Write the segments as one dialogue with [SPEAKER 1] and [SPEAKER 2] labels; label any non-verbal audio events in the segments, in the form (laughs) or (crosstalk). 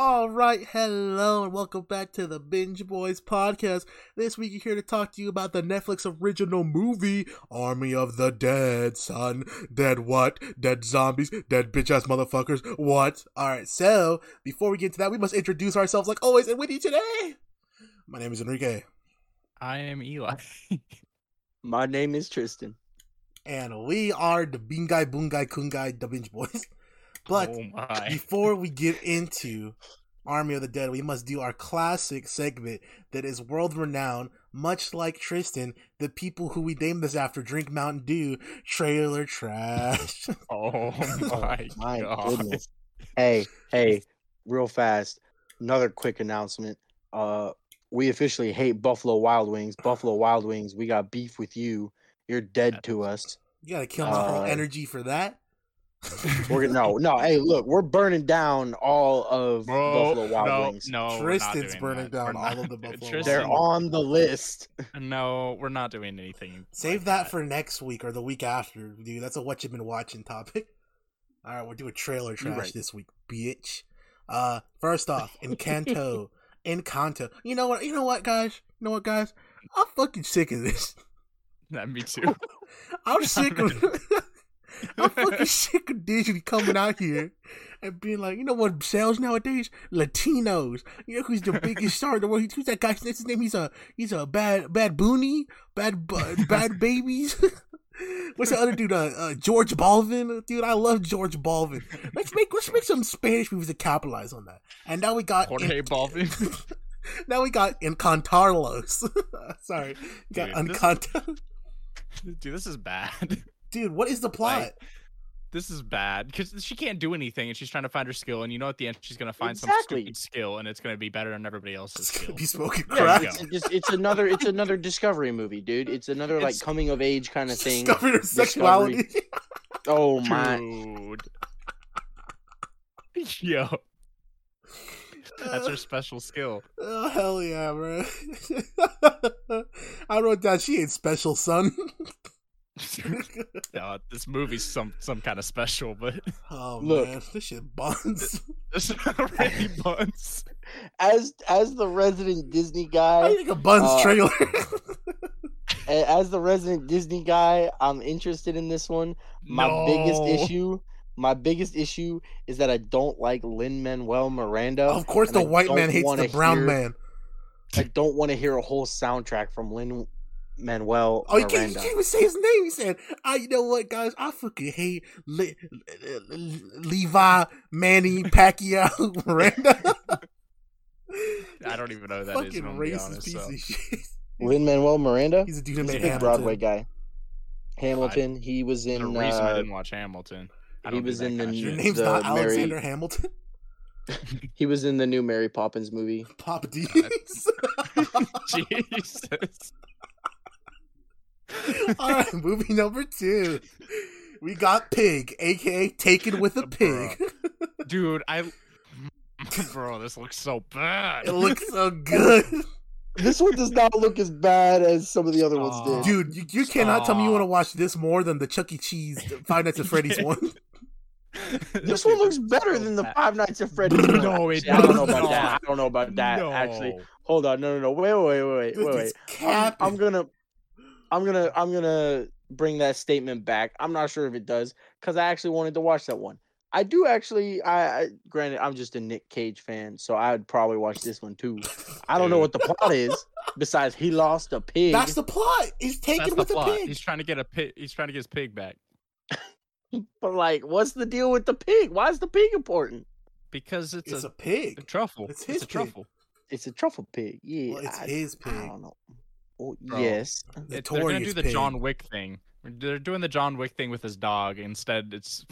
[SPEAKER 1] All right, hello, and welcome back to the Binge Boys podcast. This week, you're here to talk to you about the Netflix original movie, Army of the Dead, son. Dead what? Dead zombies? Dead bitch ass motherfuckers? What? All right, so before we get to that, we must introduce ourselves like always, and with you today, my name is Enrique.
[SPEAKER 2] I am Eli.
[SPEAKER 3] My name is Tristan.
[SPEAKER 1] and we are the Bingai Bungai Kungai the Binge Boys. (laughs) But
[SPEAKER 2] oh my. (laughs)
[SPEAKER 1] before we get into Army of the Dead, we must do our classic segment that is world renowned, much like Tristan, the people who we named this after drink Mountain Dew, trailer trash. (laughs)
[SPEAKER 3] (laughs)
[SPEAKER 2] Oh my, (laughs)
[SPEAKER 3] My
[SPEAKER 2] god.
[SPEAKER 3] goodness. Hey, hey, real fast. Another quick announcement. Uh we officially hate Buffalo Wild Wings. Buffalo Wild Wings, we got beef with you. You're dead to us.
[SPEAKER 1] you gotta kill my whole
[SPEAKER 3] Uh,
[SPEAKER 1] energy for that.
[SPEAKER 3] We're gonna no, no, hey, look, we're burning down all of
[SPEAKER 2] Bro,
[SPEAKER 3] Buffalo Wild
[SPEAKER 2] no,
[SPEAKER 3] Wings.
[SPEAKER 2] no, we're not
[SPEAKER 1] Tristan's
[SPEAKER 2] doing
[SPEAKER 1] burning
[SPEAKER 2] that. We're
[SPEAKER 1] down all
[SPEAKER 2] not-
[SPEAKER 1] of the Buffalo Wild
[SPEAKER 3] They're
[SPEAKER 2] Tristan,
[SPEAKER 3] on the list.
[SPEAKER 2] No, we're not doing anything.
[SPEAKER 1] Save
[SPEAKER 2] like
[SPEAKER 1] that, for next week or the week after, dude. That's a what you've been watching topic. (laughs) All right, we'll do a trailer trash
[SPEAKER 3] right.
[SPEAKER 1] this week, bitch. Uh, first off, Encanto, Encanto. You know what? You know what, guys? You know what, guys? I'm fucking sick of this.
[SPEAKER 2] (laughs) that.
[SPEAKER 1] (laughs)
[SPEAKER 2] Me too.
[SPEAKER 1] I'm sick of. I'm
[SPEAKER 2] (laughs)
[SPEAKER 1] fucking sick of Disney coming out here and being like, you know what sells nowadays? Latinos. You know who's the biggest star in the world? Who's that guy? What's his name? He's a he's a bad bad boonie, bad bu-
[SPEAKER 2] (laughs)
[SPEAKER 1] bad babies. (laughs) What's the other dude? Uh, uh, George Balvin, dude. I love George Balvin. Let's make let's make some Spanish movies to capitalize on that. And now we got
[SPEAKER 2] Jorge Balvin. (laughs)
[SPEAKER 1] now we got Encantarlos. (laughs) Sorry, got
[SPEAKER 2] Dude, this-
[SPEAKER 1] Encant.
[SPEAKER 2] Dude, this is bad.
[SPEAKER 1] (laughs)
[SPEAKER 2] (laughs)
[SPEAKER 1] Dude, what is the plot?
[SPEAKER 2] Like, This is bad because she can't do anything, and she's trying to find her skill. And you know, at the end, she's gonna find
[SPEAKER 3] Exactly.
[SPEAKER 2] some stupid skill, and it's gonna be better than everybody else's
[SPEAKER 1] It's gonna
[SPEAKER 2] skill.
[SPEAKER 1] be smoking
[SPEAKER 3] Yeah,
[SPEAKER 1] crack.
[SPEAKER 2] you
[SPEAKER 3] it's, it's just it's another it's another discovery movie, dude. It's another like
[SPEAKER 2] It's-
[SPEAKER 3] coming of age kind of thing.
[SPEAKER 1] Discover your sexuality.
[SPEAKER 3] Oh my
[SPEAKER 2] Dude. (laughs) Yo, that's her
[SPEAKER 1] (laughs)
[SPEAKER 2] special skill.
[SPEAKER 1] (laughs)
[SPEAKER 2] (laughs)
[SPEAKER 1] Oh hell yeah, bro! (laughs) I wrote down she ain't special, son. (laughs)
[SPEAKER 2] no, Uh, this movie's some some kind of special, but (laughs)
[SPEAKER 1] oh
[SPEAKER 3] Look.
[SPEAKER 1] man, this shit
[SPEAKER 3] (laughs)
[SPEAKER 1] buns.
[SPEAKER 2] it's
[SPEAKER 1] (laughs)
[SPEAKER 2] already buns.
[SPEAKER 3] as as the resident Disney
[SPEAKER 1] I
[SPEAKER 3] guy,
[SPEAKER 1] think a buns
[SPEAKER 3] Uh, (laughs)
[SPEAKER 1] trailer.
[SPEAKER 3] a- as the resident Disney guy, I'm interested in this one. My biggest
[SPEAKER 2] No.
[SPEAKER 3] issue, my biggest issue is that I don't like Lin Manuel Miranda.
[SPEAKER 1] of course,
[SPEAKER 3] and
[SPEAKER 1] the
[SPEAKER 3] I
[SPEAKER 1] white man
[SPEAKER 3] don't
[SPEAKER 1] hates
[SPEAKER 3] wanna
[SPEAKER 1] the brown
[SPEAKER 3] hear-
[SPEAKER 1] man.
[SPEAKER 3] I don't want to hear a whole soundtrack from Lin Manuel
[SPEAKER 1] Oh, you can't, you
[SPEAKER 3] Miranda.
[SPEAKER 1] can't even say his name. He said, "I, you know what, guys? I fucking hate Le- Le- Le- Levi, Manny, Pacquiao, (laughs) Miranda."
[SPEAKER 2] I don't even know who that is.
[SPEAKER 1] fucking
[SPEAKER 2] if I'm gonna be
[SPEAKER 1] racist
[SPEAKER 2] honest,
[SPEAKER 1] piece
[SPEAKER 2] so.
[SPEAKER 1] of shit.
[SPEAKER 3] Lin Manuel Miranda,
[SPEAKER 1] He's a dude who
[SPEAKER 3] he's a
[SPEAKER 1] made
[SPEAKER 3] big
[SPEAKER 1] Hamilton.
[SPEAKER 3] Broadway guy. Hamilton, he was
[SPEAKER 2] There's a
[SPEAKER 3] in.
[SPEAKER 2] reason I
[SPEAKER 3] Uh,
[SPEAKER 2] didn't watch Hamilton. I
[SPEAKER 3] he
[SPEAKER 2] don't do
[SPEAKER 3] was
[SPEAKER 2] that
[SPEAKER 3] in the
[SPEAKER 2] kinda
[SPEAKER 3] new-
[SPEAKER 1] Your
[SPEAKER 2] shit.
[SPEAKER 1] name's
[SPEAKER 3] the
[SPEAKER 1] not
[SPEAKER 3] Mary-
[SPEAKER 1] Alexander Hamilton. (laughs)
[SPEAKER 3] he was in the new Mary Poppins movie.
[SPEAKER 1] Pop D's. (laughs)
[SPEAKER 2] (laughs) Jesus.
[SPEAKER 1] All right, movie number two. We got Pig, aka Taken
[SPEAKER 3] (laughs)
[SPEAKER 1] with a
[SPEAKER 2] Bruh.
[SPEAKER 1] Pig. (laughs)
[SPEAKER 2] Dude, I. (laughs) Bro, this looks so bad.
[SPEAKER 1] It
[SPEAKER 2] (laughs)
[SPEAKER 1] looks so
[SPEAKER 3] (laughs)
[SPEAKER 1] good,
[SPEAKER 3] This one does not look as bad as some of the other ones did.
[SPEAKER 2] Stop.
[SPEAKER 1] dude. You, you cannot tell me you want to
[SPEAKER 2] Stop.
[SPEAKER 1] watch this more than the Chuck E. Cheese Five
[SPEAKER 3] (laughs)
[SPEAKER 1] Nights at Freddy's one.
[SPEAKER 3] This one looks better than the Five Nights at Freddy's. one,
[SPEAKER 2] No, it
[SPEAKER 3] actually. I don't know
[SPEAKER 2] does
[SPEAKER 3] about that.
[SPEAKER 2] not.
[SPEAKER 3] I don't know about that.
[SPEAKER 2] no.
[SPEAKER 3] Actually, hold on. No, no, no. Wait, wait, wait, wait,
[SPEAKER 1] This
[SPEAKER 3] wait.
[SPEAKER 1] is
[SPEAKER 3] wait.
[SPEAKER 1] cap.
[SPEAKER 3] I'm gonna, I'm gonna, I'm gonna bring that statement back. I'm not sure if it does because I actually wanted to watch that one. I do actually. I, I granted, I'm just a Nick Cage fan, so I would probably watch this one too. I don't know what the plot is besides he lost a pig.
[SPEAKER 1] That's the plot. He's
[SPEAKER 2] That's
[SPEAKER 1] taken
[SPEAKER 2] the
[SPEAKER 1] with a
[SPEAKER 2] plot.
[SPEAKER 1] pig.
[SPEAKER 2] He's trying to get a pig. He's trying to get his pig back
[SPEAKER 3] but like, what's the deal with the pig? Why is the pig important?
[SPEAKER 2] because it's,
[SPEAKER 1] It's
[SPEAKER 2] a,
[SPEAKER 1] a pig.
[SPEAKER 2] a truffle.
[SPEAKER 1] it's
[SPEAKER 2] It's,
[SPEAKER 1] his
[SPEAKER 2] a
[SPEAKER 1] pig.
[SPEAKER 2] truffle.
[SPEAKER 3] It's a truffle pig. Yeah,
[SPEAKER 1] Well, it's
[SPEAKER 3] I,
[SPEAKER 1] his
[SPEAKER 3] I
[SPEAKER 1] pig.
[SPEAKER 3] don't know. Oh,
[SPEAKER 2] Bro.
[SPEAKER 3] yes.
[SPEAKER 2] It- they're gonna do
[SPEAKER 1] Notorious
[SPEAKER 2] the
[SPEAKER 1] pig.
[SPEAKER 2] John Wick thing. They're doing the John Wick thing with his dog. Instead, it's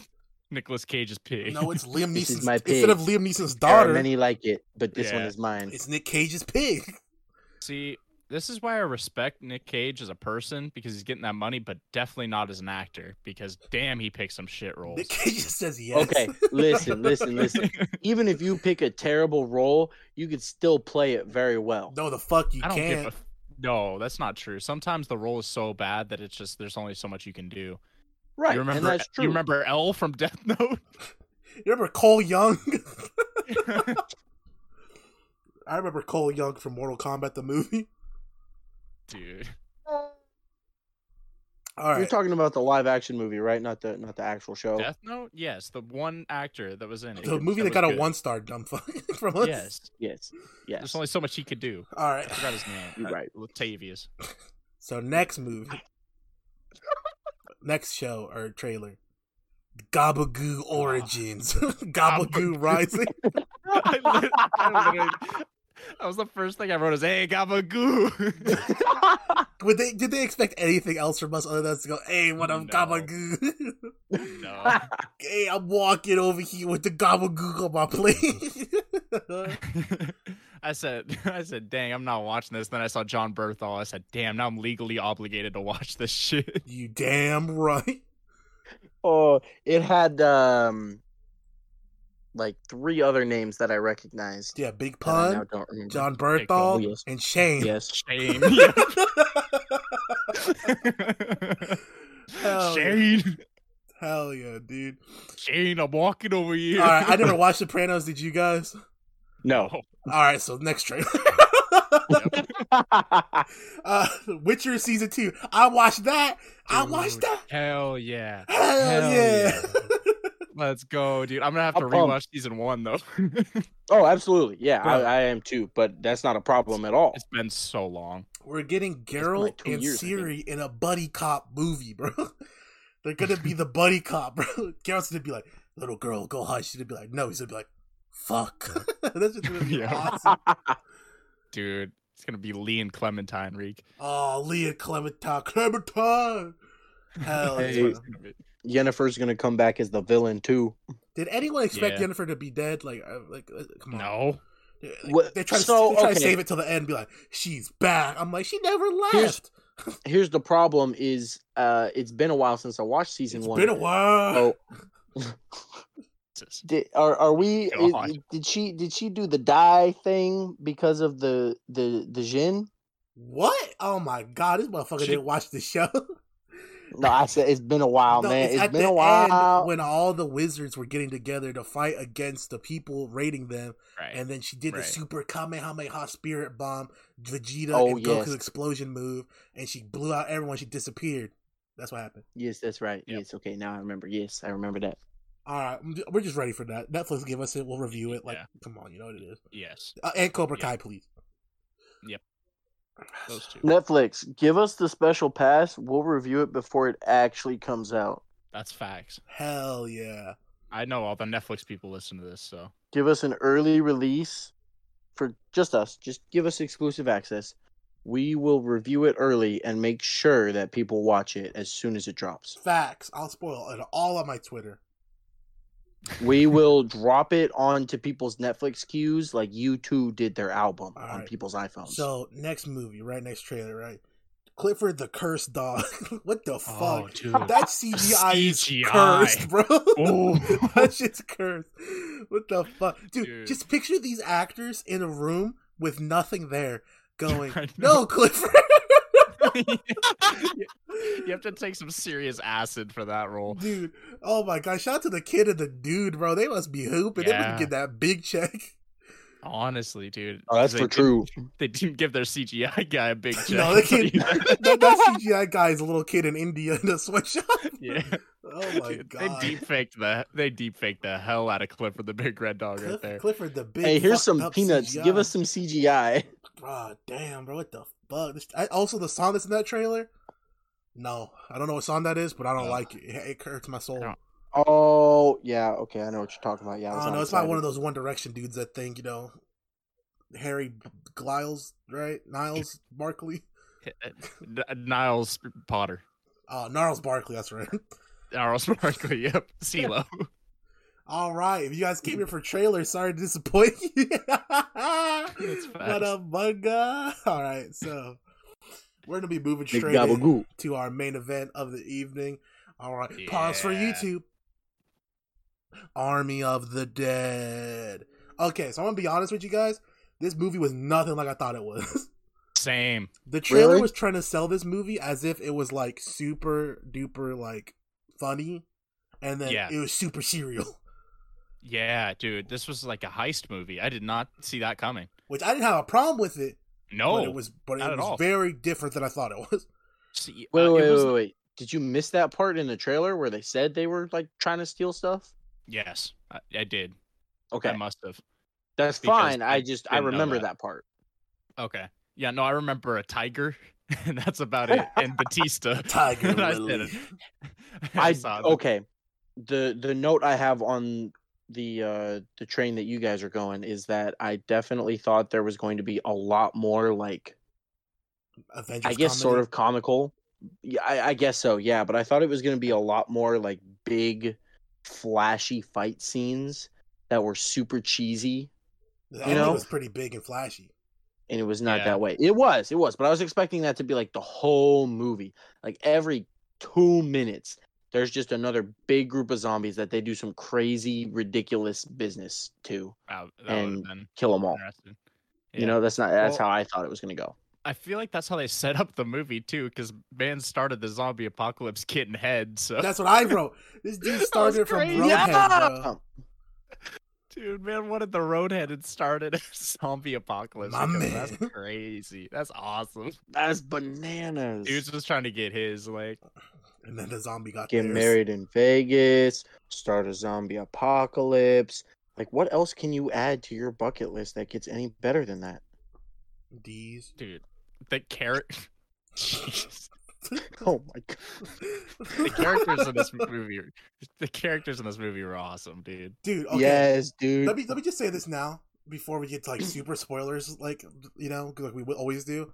[SPEAKER 2] Nicolas Cage's pig.
[SPEAKER 1] No, it's Liam
[SPEAKER 3] (laughs) This is
[SPEAKER 1] Neeson's.
[SPEAKER 3] my
[SPEAKER 1] Instead of
[SPEAKER 3] pig.
[SPEAKER 1] Liam Neeson's
[SPEAKER 3] There
[SPEAKER 1] daughter,
[SPEAKER 3] are many like it, but this one
[SPEAKER 2] Yeah.
[SPEAKER 3] is mine.
[SPEAKER 1] it's Nick Cage's pig.
[SPEAKER 2] (laughs) See, this is why I respect Nick Cage as a person because he's getting that money, but definitely not as an actor because damn, he picks some shit roles. (laughs)
[SPEAKER 1] Nick Cage just says yes.
[SPEAKER 3] Okay, listen, listen, listen. Even if you pick a terrible role, you could still play it very well.
[SPEAKER 1] No, the fuck you
[SPEAKER 2] I don't
[SPEAKER 1] can't.
[SPEAKER 2] give a. No, that's not true. Sometimes the role is so bad that it's just there's only so much you can do.
[SPEAKER 3] Right.
[SPEAKER 2] you remember
[SPEAKER 3] and that's true.
[SPEAKER 2] you remember L from Death (laughs)
[SPEAKER 3] (laughs)
[SPEAKER 2] Note?
[SPEAKER 1] You remember Cole Young? (laughs) I remember Cole Young from Mortal Kombat the movie.
[SPEAKER 2] Dude.
[SPEAKER 1] All
[SPEAKER 3] You're
[SPEAKER 1] right,
[SPEAKER 3] talking about the live action movie, right? Not the not the actual show.
[SPEAKER 2] Death Note? Yes, the one actor that was in it.
[SPEAKER 1] the movie that
[SPEAKER 2] was
[SPEAKER 1] got a
[SPEAKER 2] good.
[SPEAKER 1] one star dumb fuck (laughs) from us.
[SPEAKER 2] Yes.
[SPEAKER 3] Yes. Yes.
[SPEAKER 2] There's only (laughs) so much he could do.
[SPEAKER 1] All
[SPEAKER 2] I
[SPEAKER 1] right,
[SPEAKER 2] forgot his name.
[SPEAKER 3] You're
[SPEAKER 2] Uh,
[SPEAKER 3] right.
[SPEAKER 2] Latavius.
[SPEAKER 1] so next movie, next show or trailer, Gabagoo
[SPEAKER 2] Ah. (laughs)
[SPEAKER 1] Origins, (laughs) Gabagoo
[SPEAKER 2] Gabagoo.
[SPEAKER 1] Rising.
[SPEAKER 2] (laughs) I, lit-
[SPEAKER 3] (laughs)
[SPEAKER 2] I literally- that was the first thing I wrote is hey gabagoo.
[SPEAKER 1] Would they did they expect anything else from us other than us to go? Hey, what up,
[SPEAKER 2] No.
[SPEAKER 1] Gabagoo?
[SPEAKER 2] (laughs) (laughs) no.
[SPEAKER 1] (laughs) hey, I'm walking over here with the Gabagoo on my (laughs) plate. (laughs)
[SPEAKER 2] I said (laughs) I said, dang, I'm not watching this. Then I saw John Berthal. I said, damn, now I'm legally obligated to watch this shit. (laughs)
[SPEAKER 1] you damn right.
[SPEAKER 3] oh, it had um like three other names that I recognized.
[SPEAKER 1] Yeah, Big
[SPEAKER 3] that I now
[SPEAKER 1] Pun,
[SPEAKER 3] don't remember.
[SPEAKER 1] John
[SPEAKER 2] Paul,
[SPEAKER 1] Berthal,
[SPEAKER 3] oh, yes.
[SPEAKER 1] and Shane.
[SPEAKER 2] (laughs)
[SPEAKER 3] Yes.
[SPEAKER 2] Shame. Oh,
[SPEAKER 1] Hell
[SPEAKER 2] Shane.
[SPEAKER 1] Hell yeah,
[SPEAKER 3] (laughs)
[SPEAKER 1] dude.
[SPEAKER 2] Shane, I'm walking over here.
[SPEAKER 1] All right, I never watched Sopranos. Did you guys?
[SPEAKER 3] No. (laughs)
[SPEAKER 1] All right, so next trailer. (laughs) uh, Witcher season two. I watched that. I watched
[SPEAKER 2] Dude,
[SPEAKER 1] that.
[SPEAKER 2] Hell yeah.
[SPEAKER 1] Hell,
[SPEAKER 2] hell
[SPEAKER 1] yeah.
[SPEAKER 2] Let's go, dude. I'm gonna have to
[SPEAKER 3] I'm pumped.
[SPEAKER 2] rewatch season one though. (laughs)
[SPEAKER 3] oh, absolutely. Yeah, I,
[SPEAKER 1] Bro.
[SPEAKER 3] I am too, but that's not a problem at all.
[SPEAKER 2] it's been so long.
[SPEAKER 1] (laughs) We're getting
[SPEAKER 3] been
[SPEAKER 1] Geralt
[SPEAKER 3] like two
[SPEAKER 1] and
[SPEAKER 3] years, I think.
[SPEAKER 1] Siri in a buddy cop movie, bro. (laughs) They're gonna be the buddy cop, bro. (laughs) Geralt's gonna be like, "Little girl, go hide." She's gonna be like, "No." He's gonna be like, "Fuck." (laughs) That's just gonna be
[SPEAKER 2] Yeah.
[SPEAKER 1] awesome.
[SPEAKER 2] Dude, it's gonna be Lee and Clementine Reek.
[SPEAKER 1] Oh, Leah Clementine, Clementine. Hell
[SPEAKER 3] Hey.
[SPEAKER 1] yeah.
[SPEAKER 2] It's gonna be-
[SPEAKER 3] Yennefer's gonna come back as the villain too.
[SPEAKER 1] Did anyone expect
[SPEAKER 2] Yeah.
[SPEAKER 1] Jennifer to be dead? Like, uh, like, uh, come on.
[SPEAKER 2] No.
[SPEAKER 1] Yeah,
[SPEAKER 3] What-
[SPEAKER 1] Like, they try, to,
[SPEAKER 3] so,
[SPEAKER 1] they try to
[SPEAKER 3] okay.
[SPEAKER 1] save it till the end. And be like, she's back. I'm like, she never left.
[SPEAKER 3] Here's Here's the problem: is uh, it's been a while since I watched season
[SPEAKER 1] it's
[SPEAKER 3] one.
[SPEAKER 1] been a while.
[SPEAKER 3] So,
[SPEAKER 2] Jesus.
[SPEAKER 3] did, are are we? i-
[SPEAKER 2] God.
[SPEAKER 3] i- did she did she do the die thing because of the the the Jin?
[SPEAKER 1] What? Oh my god, this motherfucker
[SPEAKER 2] She-
[SPEAKER 1] didn't watch the show. (laughs)
[SPEAKER 3] No, I said it's been a while,
[SPEAKER 1] No,
[SPEAKER 3] man.
[SPEAKER 1] it's
[SPEAKER 3] it's
[SPEAKER 1] at
[SPEAKER 3] been
[SPEAKER 1] the
[SPEAKER 3] a
[SPEAKER 1] end
[SPEAKER 3] while.
[SPEAKER 1] when all the wizards were getting together to fight against the people raiding them,
[SPEAKER 2] Right.
[SPEAKER 1] and then she did
[SPEAKER 2] Right.
[SPEAKER 1] the super Kamehameha spirit bomb, Vegeta
[SPEAKER 3] Oh,
[SPEAKER 1] and Goku's
[SPEAKER 3] yes.
[SPEAKER 1] explosion move, and she blew out everyone. She disappeared. That's what happened.
[SPEAKER 3] Yes, that's right.
[SPEAKER 2] Yep.
[SPEAKER 3] Yes, okay, now I remember. Yes, I remember that.
[SPEAKER 1] All right, I'm ju- we're just ready for that. Netflix give us it. We'll review it. Like,
[SPEAKER 2] Yeah.
[SPEAKER 1] come on, you know what it is.
[SPEAKER 2] yes.
[SPEAKER 1] Uh, and Cobra
[SPEAKER 2] Yeah.
[SPEAKER 1] Kai, please.
[SPEAKER 2] Those two.
[SPEAKER 3] Netflix, give us the special pass. We'll review it before it actually comes out.
[SPEAKER 2] That's facts.
[SPEAKER 1] Hell yeah.
[SPEAKER 2] I know all the Netflix people listen to this, so
[SPEAKER 3] give us an early release for just us. Just give us exclusive access. We will review it early and make sure that people watch it as soon as it drops.
[SPEAKER 1] Facts. I'll spoil it all on my Twitter. (laughs)
[SPEAKER 3] We will drop it onto people's Netflix queues like you two did their album
[SPEAKER 1] All
[SPEAKER 3] on
[SPEAKER 1] right.
[SPEAKER 3] people's
[SPEAKER 2] Oh,
[SPEAKER 3] iPhones.
[SPEAKER 1] So next movie, right? Next trailer, right? Clifford the Cursed Dog. (laughs) what the
[SPEAKER 2] Oh,
[SPEAKER 1] fuck?
[SPEAKER 2] dude.
[SPEAKER 1] (laughs)
[SPEAKER 2] (laughs)
[SPEAKER 1] That CGI, is
[SPEAKER 2] CGI.
[SPEAKER 1] cursed, bro.
[SPEAKER 2] Oh.
[SPEAKER 1] (laughs) that shit's cursed. What the fuck, dude,
[SPEAKER 2] Dude.
[SPEAKER 1] Just picture these actors in a room with nothing
[SPEAKER 2] (laughs)
[SPEAKER 1] there, going,
[SPEAKER 2] I know.
[SPEAKER 1] "No, Clifford." (laughs)
[SPEAKER 2] you have to take some serious acid for that role.
[SPEAKER 1] Dude, (laughs) oh my god! Shout out to the kid and the dude, bro. They must be hooping. They
[SPEAKER 2] Yeah.
[SPEAKER 1] must get that big
[SPEAKER 2] (laughs)
[SPEAKER 1] check.
[SPEAKER 2] Honestly, dude.
[SPEAKER 3] oh, that's
[SPEAKER 2] They
[SPEAKER 3] for
[SPEAKER 2] didn't-
[SPEAKER 3] true.
[SPEAKER 2] They didn't give their CGI guy a big check.
[SPEAKER 1] No, they
[SPEAKER 2] (laughs)
[SPEAKER 1] can't-
[SPEAKER 2] either.
[SPEAKER 1] that, that CGI guy is a little kid in India in a sweatshop. (laughs)
[SPEAKER 2] yeah.
[SPEAKER 1] Oh my
[SPEAKER 2] Dude,
[SPEAKER 1] god!
[SPEAKER 2] They deep faked the they deep faked the hell out of Clifford the big red dog
[SPEAKER 1] Cliff-
[SPEAKER 2] right there.
[SPEAKER 1] Clifford the big.
[SPEAKER 3] Hey, here's
[SPEAKER 1] fucked
[SPEAKER 3] some
[SPEAKER 1] up
[SPEAKER 3] peanuts.
[SPEAKER 1] CGI.
[SPEAKER 3] Give us some CGI.
[SPEAKER 1] Bro, damn, bro, what the fuck? This, I, also, the song that's in that trailer. No, I don't know what song that is, but I don't
[SPEAKER 2] Uh,
[SPEAKER 1] like it. it. It hurts my soul.
[SPEAKER 2] I
[SPEAKER 1] I
[SPEAKER 2] don't-
[SPEAKER 3] Oh, yeah. Okay, I know what you're talking about. Yeah, I was
[SPEAKER 1] don't know.
[SPEAKER 3] not
[SPEAKER 1] Oh, It's by one
[SPEAKER 3] excited.
[SPEAKER 1] of those One Direction dudes that think you know, Harry Gliles, right? Niles Barkley.
[SPEAKER 2] (laughs) N- Niles Potter.
[SPEAKER 1] Uh, Gnarls Barkley. That's right. (laughs)
[SPEAKER 2] Niles Barkley, (laughs) yep. CeeLo.
[SPEAKER 1] All right, if you guys came
[SPEAKER 2] Hmm.
[SPEAKER 1] here for trailers, sorry to disappoint you. what (laughs)
[SPEAKER 2] fast.
[SPEAKER 1] up, bunga? All right, so we're gonna be moving
[SPEAKER 3] Big
[SPEAKER 1] straight in.
[SPEAKER 3] Gabagool.
[SPEAKER 1] to our main event of the evening. All right, pause for
[SPEAKER 2] Yeah.
[SPEAKER 1] YouTube. Army of the Dead. Okay, so I'm gonna be honest with you guys. This movie was (laughs) nothing like I thought it was.
[SPEAKER 2] Same.
[SPEAKER 1] The trailer
[SPEAKER 3] Really?
[SPEAKER 1] was trying to sell this movie as if it was like super duper like funny, and then
[SPEAKER 2] Yeah.
[SPEAKER 1] it was super serial,
[SPEAKER 2] Yeah, dude. This was like a heist movie. I did not see that coming.
[SPEAKER 1] which I didn't have a problem with it.
[SPEAKER 2] No.
[SPEAKER 1] but it was but
[SPEAKER 2] Oh, not
[SPEAKER 1] it
[SPEAKER 2] at
[SPEAKER 1] was
[SPEAKER 2] all.
[SPEAKER 1] very different than I thought it was. (laughs)
[SPEAKER 2] See,
[SPEAKER 3] Wait,
[SPEAKER 2] uh,
[SPEAKER 3] wait,
[SPEAKER 2] it was-
[SPEAKER 3] wait, wait. Did you miss that part in the trailer where they said they were like trying to steal stuff?
[SPEAKER 2] Yes, I, I did.
[SPEAKER 3] Okay,
[SPEAKER 2] I must have.
[SPEAKER 3] that's
[SPEAKER 2] because
[SPEAKER 3] fine.
[SPEAKER 2] I
[SPEAKER 3] I just I
[SPEAKER 2] didn't know
[SPEAKER 3] remember
[SPEAKER 2] that.
[SPEAKER 3] that. part.
[SPEAKER 2] Okay. Yeah, no, I remember a tiger, (laughs) and that's about
[SPEAKER 3] (laughs)
[SPEAKER 2] it. And Batista.
[SPEAKER 1] Tiger
[SPEAKER 2] And (laughs) I said
[SPEAKER 1] Lily.
[SPEAKER 2] it.
[SPEAKER 3] I,
[SPEAKER 2] saw that.
[SPEAKER 3] okay. The the note I have on the uh the train that you guys are going is that I definitely thought there was going to be a lot more like
[SPEAKER 1] Avengers.
[SPEAKER 3] I guess
[SPEAKER 1] comedy.
[SPEAKER 3] sort of comical. Yeah, I, I guess so. Yeah, but I thought it was going to be a lot more like big, flashy fight scenes that were super cheesy,
[SPEAKER 1] The
[SPEAKER 3] you
[SPEAKER 1] ending
[SPEAKER 3] know?
[SPEAKER 1] was pretty big and flashy.
[SPEAKER 3] and it was not
[SPEAKER 2] Yeah.
[SPEAKER 3] that way. It was, it was, but I was expecting that to be like the whole movie, like every two minutes. There's just another big group of zombies that they do some crazy, ridiculous business to
[SPEAKER 2] Wow, that would have
[SPEAKER 3] and
[SPEAKER 2] been
[SPEAKER 3] kill them all.
[SPEAKER 2] interesting.
[SPEAKER 3] You
[SPEAKER 2] Yeah.
[SPEAKER 3] know, that's not that's
[SPEAKER 2] Well-
[SPEAKER 3] how I thought it was going to go.
[SPEAKER 2] I feel like that's how they set up the movie too, because man started the zombie apocalypse kid in head. So
[SPEAKER 1] That's what I wrote. This dude
[SPEAKER 2] (laughs) That
[SPEAKER 1] started
[SPEAKER 2] was
[SPEAKER 1] it from
[SPEAKER 2] crazy.
[SPEAKER 1] Roadhead, bro. uh,
[SPEAKER 2] dude, man, what if the roadhead had started a (laughs) zombie apocalypse?
[SPEAKER 1] My
[SPEAKER 2] Because That's
[SPEAKER 3] (laughs)
[SPEAKER 1] man.
[SPEAKER 2] crazy. That's awesome.
[SPEAKER 3] That's bananas.
[SPEAKER 2] Dude's just trying to get his like.
[SPEAKER 1] And then the zombie got
[SPEAKER 3] get
[SPEAKER 1] theirs.
[SPEAKER 3] married in Vegas, start a zombie apocalypse. Like, what else can you add to your bucket list that gets any better than that? (laughs)
[SPEAKER 1] D's. (laughs)
[SPEAKER 2] dude, the (laughs) character.
[SPEAKER 3] (laughs)
[SPEAKER 2] Jeez.
[SPEAKER 3] Oh my god!
[SPEAKER 2] The characters in this movie, the characters in this movie were awesome, dude.
[SPEAKER 1] dude. Okay.
[SPEAKER 3] Yes, dude.
[SPEAKER 1] Let me let me just say this now before we get to like super spoilers, like you know, 'cause, like we will always do.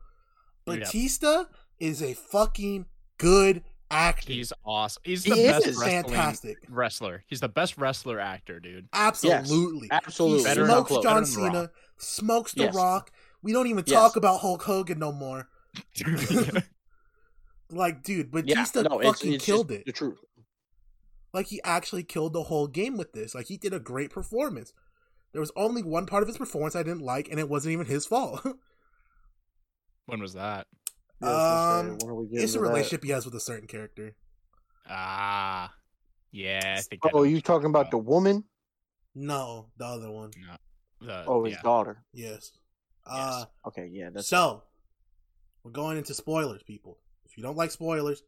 [SPEAKER 2] Yeah.
[SPEAKER 1] Batista is a fucking good actor.
[SPEAKER 2] He's awesome. He's
[SPEAKER 3] He
[SPEAKER 2] the
[SPEAKER 3] is
[SPEAKER 2] best wrestling
[SPEAKER 1] fantastic.
[SPEAKER 2] wrestler. He's the best wrestler actor,
[SPEAKER 3] (laughs)
[SPEAKER 2] dude. (laughs)
[SPEAKER 1] Absolutely.
[SPEAKER 3] absolutely.
[SPEAKER 1] He
[SPEAKER 2] Better than
[SPEAKER 1] smokes
[SPEAKER 2] Hulk.
[SPEAKER 1] John
[SPEAKER 2] Better than The
[SPEAKER 1] Cena,
[SPEAKER 2] Rock.
[SPEAKER 1] smokes The
[SPEAKER 3] Yes.
[SPEAKER 1] Rock. We don't even
[SPEAKER 3] Yes.
[SPEAKER 1] talk about Hulk Hogan no
[SPEAKER 2] (laughs)
[SPEAKER 1] more. Like, dude, Batista fucking
[SPEAKER 3] just
[SPEAKER 1] killed
[SPEAKER 3] The
[SPEAKER 1] it.
[SPEAKER 3] truth.
[SPEAKER 1] Like, he actually killed the whole game with this. Like, he did a great performance. There was only one part of his performance I didn't like, and it wasn't even his fault. (laughs)
[SPEAKER 2] When was that?
[SPEAKER 3] Yeah, I was
[SPEAKER 1] Um,
[SPEAKER 3] gonna say, when are we getting
[SPEAKER 1] it's
[SPEAKER 3] to
[SPEAKER 1] a
[SPEAKER 3] that?
[SPEAKER 1] relationship he has with a certain character.
[SPEAKER 2] Ah, yeah. I think. I know
[SPEAKER 3] Oh,
[SPEAKER 2] what
[SPEAKER 3] you talking about the woman?
[SPEAKER 1] No, the other one.
[SPEAKER 2] The,
[SPEAKER 3] Oh, his
[SPEAKER 2] Uh, yeah.
[SPEAKER 3] daughter.
[SPEAKER 1] Yes. Uh,
[SPEAKER 3] Okay, yeah, that's
[SPEAKER 1] so, we're going into spoilers, people. If you don't like spoilers,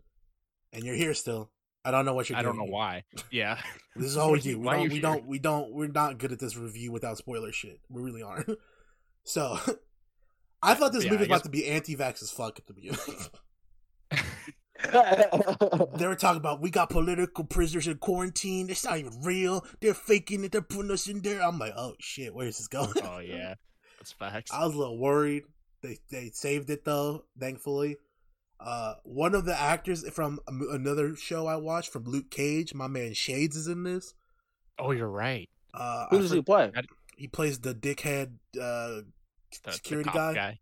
[SPEAKER 1] and you're here still, I don't know what you're
[SPEAKER 2] I don't
[SPEAKER 1] doing here.
[SPEAKER 2] know why.
[SPEAKER 3] (laughs)
[SPEAKER 2] Yeah. (laughs)
[SPEAKER 1] This is all we do. We
[SPEAKER 2] Why are
[SPEAKER 1] don't,
[SPEAKER 2] you
[SPEAKER 1] we
[SPEAKER 2] here?
[SPEAKER 1] don't. We don't. We're not good at this review without spoiler shit. We really
[SPEAKER 2] (laughs)
[SPEAKER 1] aren't. So, (laughs) I thought this
[SPEAKER 2] Yeah,
[SPEAKER 1] movie was
[SPEAKER 2] I
[SPEAKER 1] about to be anti-vax as fuck at the
[SPEAKER 2] (laughs)
[SPEAKER 1] beginning. (laughs) they were talking about we got political prisoners in quarantine. It's not even real. They're faking it. They're putting us in there. I'm like, oh shit, where is this going?
[SPEAKER 2] Oh yeah. That's facts.
[SPEAKER 1] I was a little worried. They they saved it though, thankfully. Uh, one of the actors from a mo- another show I watched from Luke Cage, my man Shades is in this.
[SPEAKER 2] oh, you're right.
[SPEAKER 1] Uh,
[SPEAKER 3] (laughs) Who
[SPEAKER 1] I
[SPEAKER 3] does
[SPEAKER 1] for-
[SPEAKER 3] he play?
[SPEAKER 1] He plays the dickhead uh,
[SPEAKER 2] The, the
[SPEAKER 1] security
[SPEAKER 2] cop
[SPEAKER 1] guy.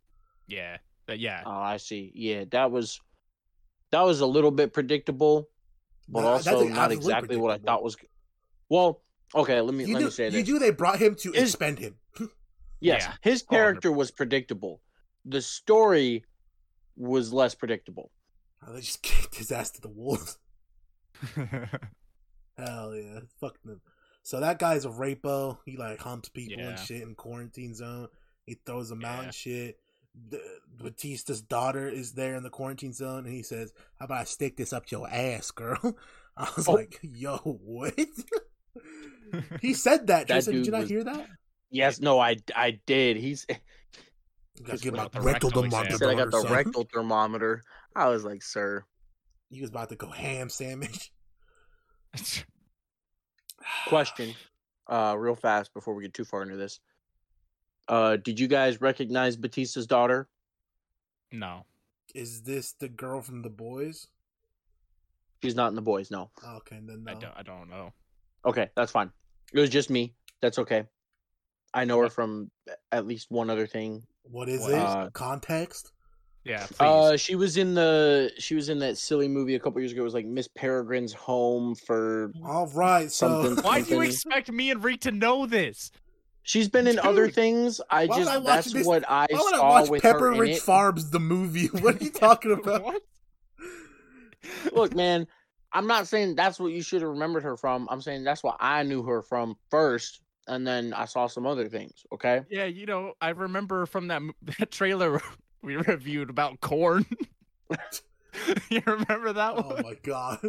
[SPEAKER 2] Yeah. That- yeah.
[SPEAKER 3] Oh, I see. Yeah, that was that was a little bit predictable. but
[SPEAKER 1] No, that's
[SPEAKER 3] also
[SPEAKER 1] like
[SPEAKER 3] not
[SPEAKER 1] absolutely
[SPEAKER 3] exactly what I
[SPEAKER 1] predictable.
[SPEAKER 3] thought was. Well, okay, let me
[SPEAKER 1] You
[SPEAKER 3] let
[SPEAKER 1] knew,
[SPEAKER 3] me say
[SPEAKER 1] you
[SPEAKER 3] this.
[SPEAKER 1] knew they brought him to
[SPEAKER 3] Is-
[SPEAKER 1] expend him.
[SPEAKER 3] yes,
[SPEAKER 2] Yeah.
[SPEAKER 3] his
[SPEAKER 2] Oh, a hundred
[SPEAKER 3] character was predictable. The story was less predictable.
[SPEAKER 1] Oh, they just kicked his ass to the wolves. Hell yeah, fuck them. So that guy's a rapo. He like humps people and
[SPEAKER 2] Yeah.
[SPEAKER 1] shit in quarantine zone. He throws them out
[SPEAKER 2] Yeah.
[SPEAKER 1] and shit. The, Batista's daughter is there in the quarantine zone, and he says, "How about I stick this up your ass, girl?" (laughs) I was
[SPEAKER 3] Oh.
[SPEAKER 1] like, "Yo, what?" (laughs)
[SPEAKER 2] (laughs)
[SPEAKER 1] he said that.
[SPEAKER 3] That
[SPEAKER 1] Tristan, did you
[SPEAKER 3] dude
[SPEAKER 1] not
[SPEAKER 3] was-
[SPEAKER 1] hear that?
[SPEAKER 3] Yes, no, I I did. He's
[SPEAKER 1] You gotta
[SPEAKER 3] Just
[SPEAKER 1] give him
[SPEAKER 2] about
[SPEAKER 1] a
[SPEAKER 2] the
[SPEAKER 1] rectal
[SPEAKER 2] rectal exam.
[SPEAKER 3] he
[SPEAKER 1] thermometer,
[SPEAKER 3] said I got the
[SPEAKER 1] son.
[SPEAKER 3] rectal thermometer. I was like, sir,
[SPEAKER 1] (laughs) He was about to go ham sandwich.
[SPEAKER 3] question, uh, real fast before we get too far into this. Uh, did you guys recognize Batista's daughter?
[SPEAKER 2] (laughs) no.
[SPEAKER 1] (sighs) Is this the girl from the boys?
[SPEAKER 3] She's not in the boys. No.
[SPEAKER 1] Okay, then no.
[SPEAKER 2] I don't. I don't know.
[SPEAKER 3] Okay, that's fine. It was just me. That's okay. I know her from at least one other thing.
[SPEAKER 1] What is
[SPEAKER 2] What?
[SPEAKER 1] it?
[SPEAKER 3] Uh,
[SPEAKER 1] Context?
[SPEAKER 2] Yeah. Please.
[SPEAKER 3] Uh, she was in the she was in that silly movie a couple years ago. It was like Miss Peregrine's Home for
[SPEAKER 1] All right, so
[SPEAKER 3] something-
[SPEAKER 2] Why do you
[SPEAKER 3] something-
[SPEAKER 2] expect me and Reek to know this?
[SPEAKER 3] She's been in other
[SPEAKER 1] Dude,
[SPEAKER 3] things. I
[SPEAKER 1] why would
[SPEAKER 3] just
[SPEAKER 1] I watch
[SPEAKER 3] that's
[SPEAKER 1] this-
[SPEAKER 3] what I
[SPEAKER 1] (laughs) Why would I
[SPEAKER 3] saw
[SPEAKER 1] watch
[SPEAKER 3] with
[SPEAKER 1] Pepper
[SPEAKER 3] her in
[SPEAKER 1] Rich
[SPEAKER 3] it.
[SPEAKER 1] Farms the movie? (laughs) (laughs) What are you
[SPEAKER 3] (laughs)
[SPEAKER 1] talking about?
[SPEAKER 2] (laughs) What?
[SPEAKER 3] Look, man, I'm not saying that's what you should have remembered her from. I'm saying that's what I knew her from first, and then I saw some other things. Okay,
[SPEAKER 2] Yeah, you know, I remember from that, mo- (laughs) that trailer we reviewed about corn. (laughs) you remember that one?
[SPEAKER 1] Oh my god.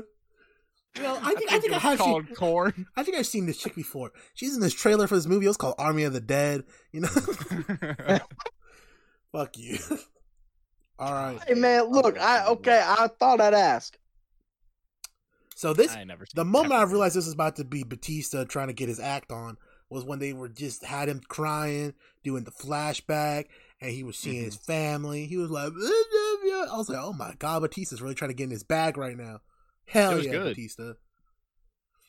[SPEAKER 1] Well, I
[SPEAKER 2] (laughs)
[SPEAKER 1] think- I think
[SPEAKER 2] it
[SPEAKER 1] I
[SPEAKER 2] was
[SPEAKER 1] have seen-
[SPEAKER 2] called corn.
[SPEAKER 1] I think I've seen this chick before. She's in this trailer for this movie. It was called Army of the Dead. You know, (laughs) fuck you. (laughs) All right.
[SPEAKER 3] hey man, look, I okay, I thought I'd ask.
[SPEAKER 1] So (laughs) this,
[SPEAKER 2] (laughs) I never.
[SPEAKER 1] the
[SPEAKER 2] seen
[SPEAKER 1] moment I
[SPEAKER 2] Pepper Rich.
[SPEAKER 1] realized this was about to be Batista trying to get his act on was when they were just had him crying, doing the flashback, and he was seeing his
[SPEAKER 2] Mm-hmm.
[SPEAKER 1] family. He was like, "I love you." I was like, oh my god, Batista's really trying to get in his bag right now.
[SPEAKER 2] It
[SPEAKER 1] Hell
[SPEAKER 2] was
[SPEAKER 1] yeah,
[SPEAKER 2] good.
[SPEAKER 1] Batista.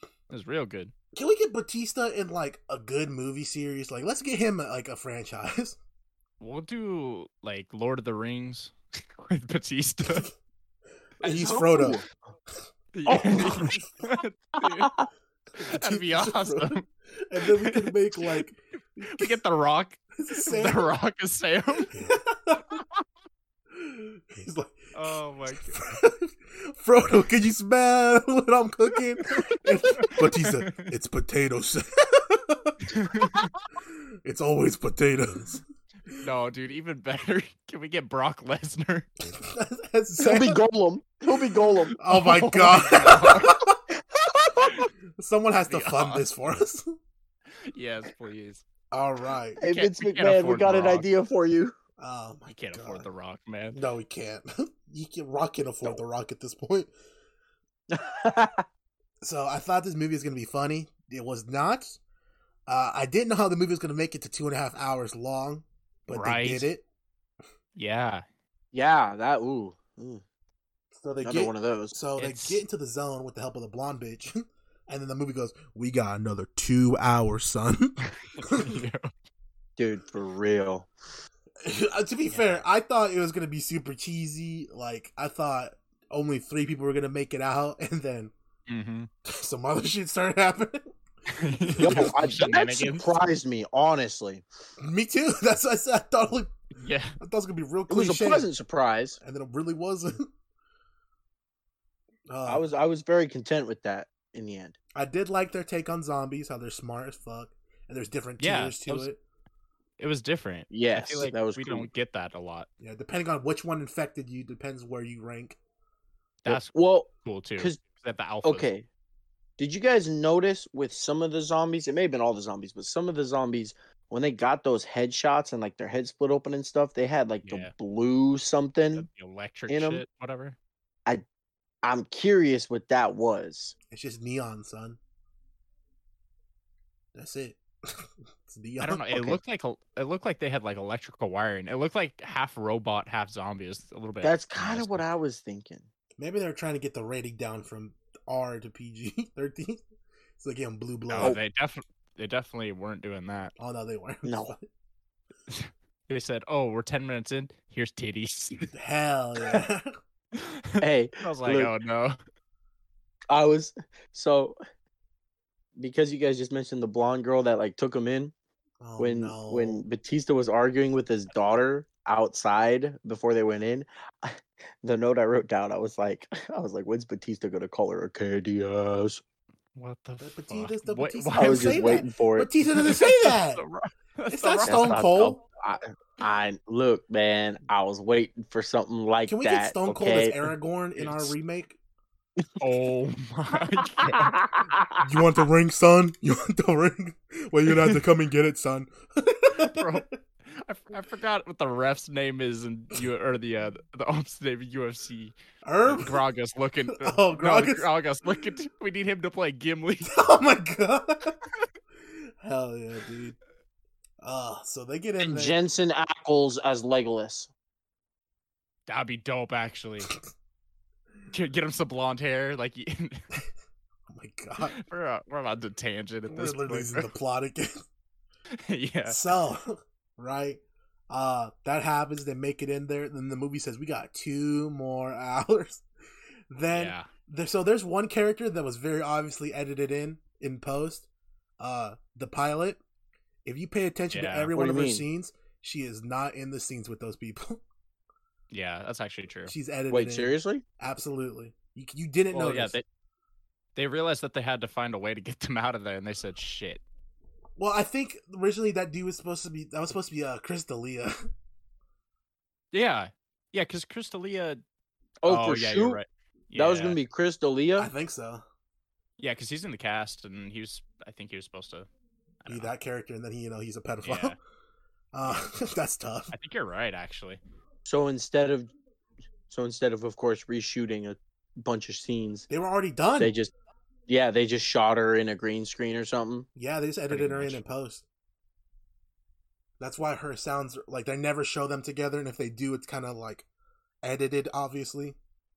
[SPEAKER 2] it was real good.
[SPEAKER 1] Can we get Batista in like a good movie series? Like, let's get him like a franchise. (laughs)
[SPEAKER 2] We'll do like Lord of the Rings (laughs) with Batista.
[SPEAKER 1] (laughs)
[SPEAKER 2] (laughs)
[SPEAKER 1] Uh, He's
[SPEAKER 3] (laughs)
[SPEAKER 1] Frodo. Oh
[SPEAKER 2] (laughs) Yeah. Dude,
[SPEAKER 1] (laughs)
[SPEAKER 2] That'd be
[SPEAKER 1] Batista Frodo.
[SPEAKER 2] awesome.
[SPEAKER 1] and then we
[SPEAKER 2] (laughs)
[SPEAKER 1] could make like (laughs)
[SPEAKER 2] We get the Rock.
[SPEAKER 1] Sam.
[SPEAKER 2] The Rock is Sam.
[SPEAKER 1] (laughs) He's like, (laughs)
[SPEAKER 2] Oh my god.
[SPEAKER 1] Frodo, can you smell (laughs) what I'm cooking? And Batista, it's potatoes. (laughs) it's always potatoes.
[SPEAKER 2] (laughs)
[SPEAKER 1] (laughs)
[SPEAKER 2] No, dude, even better. (laughs) Can we get Brock Lesnar? (laughs)
[SPEAKER 1] That's
[SPEAKER 3] He'll
[SPEAKER 1] Sam.
[SPEAKER 3] be Golem. He'll be
[SPEAKER 1] (laughs)
[SPEAKER 3] Golem.
[SPEAKER 1] oh
[SPEAKER 3] (laughs)
[SPEAKER 1] my
[SPEAKER 2] Oh my
[SPEAKER 1] god! Someone has to
[SPEAKER 2] Yeah.
[SPEAKER 1] fund this for us. (laughs)
[SPEAKER 2] Yes, please.
[SPEAKER 1] All right.
[SPEAKER 3] Hey,
[SPEAKER 2] can't-
[SPEAKER 3] Vince
[SPEAKER 2] we can't
[SPEAKER 3] McMahon, we
[SPEAKER 2] afford
[SPEAKER 3] got an
[SPEAKER 2] Brock.
[SPEAKER 3] idea for you.
[SPEAKER 1] Oh my
[SPEAKER 2] I can't
[SPEAKER 1] god.
[SPEAKER 2] afford The Rock, man.
[SPEAKER 1] No, we can't. (laughs) You can rock can afford the rock at this point. So I thought this movie was going to be funny. It was not. Uh, I didn't know how the movie was going to make it to two and a half hours long, but
[SPEAKER 2] Right.
[SPEAKER 1] they did it. (laughs)
[SPEAKER 2] Yeah.
[SPEAKER 3] (laughs) yeah, that ooh, ooh
[SPEAKER 1] So they
[SPEAKER 3] another
[SPEAKER 1] get
[SPEAKER 3] one of those.
[SPEAKER 1] so they
[SPEAKER 2] It's-
[SPEAKER 1] get into the zone with the help of the blonde bitch, (laughs) and then the movie goes, "We got another two hours, son." (laughs)
[SPEAKER 2] (laughs) You know,
[SPEAKER 3] Dude, for real.
[SPEAKER 1] Uh, to be fair, I thought it was going to be super cheesy. Like I thought only three people were going to make it out, (laughs) and then (laughs)
[SPEAKER 2] mhm.
[SPEAKER 1] some other shit started happening. (laughs)
[SPEAKER 2] (laughs)
[SPEAKER 3] Yo,
[SPEAKER 1] Just
[SPEAKER 3] I, that
[SPEAKER 2] Shenanigans.
[SPEAKER 3] surprised me, honestly.
[SPEAKER 1] Me too. (laughs) That's what I said. I thought, it was-
[SPEAKER 2] (laughs) Yeah.
[SPEAKER 1] I thought it was going to be real
[SPEAKER 3] It was
[SPEAKER 1] cliche.
[SPEAKER 3] a pleasant surprise.
[SPEAKER 1] and then it really wasn't. (laughs) Uh,
[SPEAKER 3] I was I was very content with that in the end.
[SPEAKER 1] I did like their take on zombies, how they're smart as fuck, and there's different
[SPEAKER 2] Yeah,
[SPEAKER 1] tiers
[SPEAKER 2] that
[SPEAKER 1] to
[SPEAKER 2] was-
[SPEAKER 1] it.
[SPEAKER 2] It was different. I
[SPEAKER 3] Yes,
[SPEAKER 2] feel like
[SPEAKER 3] that was
[SPEAKER 2] we
[SPEAKER 3] cool.
[SPEAKER 2] don't get that a lot.
[SPEAKER 1] Yeah, depending on which one infected you depends where you rank.
[SPEAKER 2] That's
[SPEAKER 3] well,
[SPEAKER 2] cool too.
[SPEAKER 3] 'cause-
[SPEAKER 2] That the alphas.
[SPEAKER 3] okay. Did you guys notice with some of the zombies? It may have been all the zombies, but some of the zombies when they got those headshots and like their head split open and stuff, they had like
[SPEAKER 2] Yeah.
[SPEAKER 3] the blue
[SPEAKER 2] The,
[SPEAKER 3] something.
[SPEAKER 2] the electric
[SPEAKER 3] in 'em.
[SPEAKER 2] shit, whatever.
[SPEAKER 3] I'm curious what that was.
[SPEAKER 1] It's just neon, son. That's it. (laughs) it's neon.
[SPEAKER 2] I don't know. It
[SPEAKER 3] okay.
[SPEAKER 2] looked like a, it looked like they had like electrical wiring. It looked like half robot, half zombie. It's a little bit.
[SPEAKER 3] That's kind of what
[SPEAKER 2] I.
[SPEAKER 3] I was thinking.
[SPEAKER 1] Maybe they're trying to get the rating down from R to PG thirteen. (laughs) So they give 'em blue
[SPEAKER 2] No,
[SPEAKER 3] Oh.
[SPEAKER 1] blood.
[SPEAKER 2] they definitely they definitely weren't doing that.
[SPEAKER 1] Oh no, they weren't.
[SPEAKER 3] No.
[SPEAKER 2] They said, "Oh, we're ten minutes in. Here's titties."
[SPEAKER 1] (laughs)
[SPEAKER 2] (laughs)
[SPEAKER 1] Hell yeah.
[SPEAKER 2] I
[SPEAKER 3] Hey,
[SPEAKER 2] was like,
[SPEAKER 3] Look.
[SPEAKER 2] "Oh no."
[SPEAKER 3] I was so because you guys just mentioned the blonde girl that like took him in
[SPEAKER 1] Oh,
[SPEAKER 3] when
[SPEAKER 1] no.
[SPEAKER 3] when Batista was arguing with his daughter outside before they went in. (laughs) the note I wrote down, I was like, (laughs) I was like, when's Batista gonna call her a candy ass?
[SPEAKER 2] What the
[SPEAKER 1] The
[SPEAKER 2] fuck?
[SPEAKER 1] Batista's the
[SPEAKER 2] Wait,
[SPEAKER 1] Batista.
[SPEAKER 2] why
[SPEAKER 3] I
[SPEAKER 2] would
[SPEAKER 3] was
[SPEAKER 1] say
[SPEAKER 3] just
[SPEAKER 2] you-
[SPEAKER 1] that.
[SPEAKER 3] waiting for it.
[SPEAKER 1] Batista
[SPEAKER 2] (laughs)
[SPEAKER 1] doesn't say that.
[SPEAKER 2] That's the rock- that's
[SPEAKER 1] it's
[SPEAKER 2] the
[SPEAKER 1] not
[SPEAKER 2] rock.
[SPEAKER 1] Stone
[SPEAKER 3] That's
[SPEAKER 1] Cold.
[SPEAKER 3] not- I, I look, man. I was waiting for something like
[SPEAKER 1] Can we
[SPEAKER 3] that.
[SPEAKER 1] get Stone Cold
[SPEAKER 3] okay?
[SPEAKER 1] as Aragorn in our
[SPEAKER 2] It's- (laughs)
[SPEAKER 1] remake?
[SPEAKER 2] Oh my
[SPEAKER 3] (laughs)
[SPEAKER 2] (laughs) god!
[SPEAKER 1] You want the ring, son? (laughs) You want the ring? Well, you're gonna have to come and get it, son. (laughs)
[SPEAKER 2] Bro, I, f- I forgot what the ref's name is and you or the uh, the ops name in UFC.
[SPEAKER 1] Herb? (laughs)
[SPEAKER 2] Gragas looking.
[SPEAKER 1] Oh, Gragas?
[SPEAKER 2] (laughs) No, Gragas looking. We need him to play Gimli. (laughs)
[SPEAKER 1] (laughs) Oh my god! Hell yeah, dude. Uh, so they get in
[SPEAKER 3] and
[SPEAKER 1] there.
[SPEAKER 3] Jensen Ackles as Legolas.
[SPEAKER 2] That'd be dope, actually. Get get him some blonde hair, like. (laughs) he-
[SPEAKER 1] oh my
[SPEAKER 2] (laughs)
[SPEAKER 1] god.
[SPEAKER 2] we're uh, we're on the tangent at
[SPEAKER 1] We're
[SPEAKER 2] this
[SPEAKER 1] literally
[SPEAKER 2] point.
[SPEAKER 1] in the plot again. (laughs)
[SPEAKER 2] bro. (laughs) yeah,
[SPEAKER 1] So, right? Uh, that happens. They make it in there. Then the movie says, We got two more (laughs) hours. Then
[SPEAKER 2] yeah.
[SPEAKER 1] there, so there's one character that was very obviously edited in in post uh the pilot If you pay attention
[SPEAKER 2] Yeah.
[SPEAKER 1] to every one
[SPEAKER 3] What do
[SPEAKER 1] of
[SPEAKER 3] you
[SPEAKER 1] her
[SPEAKER 3] mean?
[SPEAKER 1] scenes, she is not in the scenes with those people. (laughs)
[SPEAKER 2] Yeah, that's actually true.
[SPEAKER 1] She's edited.
[SPEAKER 3] Wait,
[SPEAKER 1] in.
[SPEAKER 3] seriously?
[SPEAKER 1] Absolutely. You, you didn't
[SPEAKER 2] Well,
[SPEAKER 1] know.
[SPEAKER 2] yeah, they they realized that they had to find a way to get them out of there, and they said, "Shit."
[SPEAKER 1] Well, I think originally that dude was supposed to be that was supposed to be uh, Chris D'Elia.
[SPEAKER 2] Yeah, yeah, because Crystalia.
[SPEAKER 3] Oh,
[SPEAKER 2] oh
[SPEAKER 3] for
[SPEAKER 2] yeah,
[SPEAKER 3] shoot,
[SPEAKER 2] you're right.
[SPEAKER 3] that was
[SPEAKER 2] Yeah.
[SPEAKER 3] gonna be Chris
[SPEAKER 1] I
[SPEAKER 3] D'Elia.
[SPEAKER 1] think so.
[SPEAKER 2] Yeah, because he's in the cast, and he was. I think he was supposed to. I
[SPEAKER 1] Be
[SPEAKER 2] don't know.
[SPEAKER 1] that character, and then he, you know, he's a pedophile.
[SPEAKER 2] Yeah.
[SPEAKER 1] (laughs) Uh, (laughs) that's tough.
[SPEAKER 2] I think you're right, actually.
[SPEAKER 3] So instead of, so instead of, of course, reshooting a bunch of scenes,
[SPEAKER 1] They were already done. (laughs)
[SPEAKER 3] they just, yeah, they just shot her in a green screen or something.
[SPEAKER 1] yeah, they just edited
[SPEAKER 2] Pretty
[SPEAKER 1] her in
[SPEAKER 2] much.
[SPEAKER 1] and post. That's why her sounds like they never show them together, and if they do, it's kind of like edited, obviously.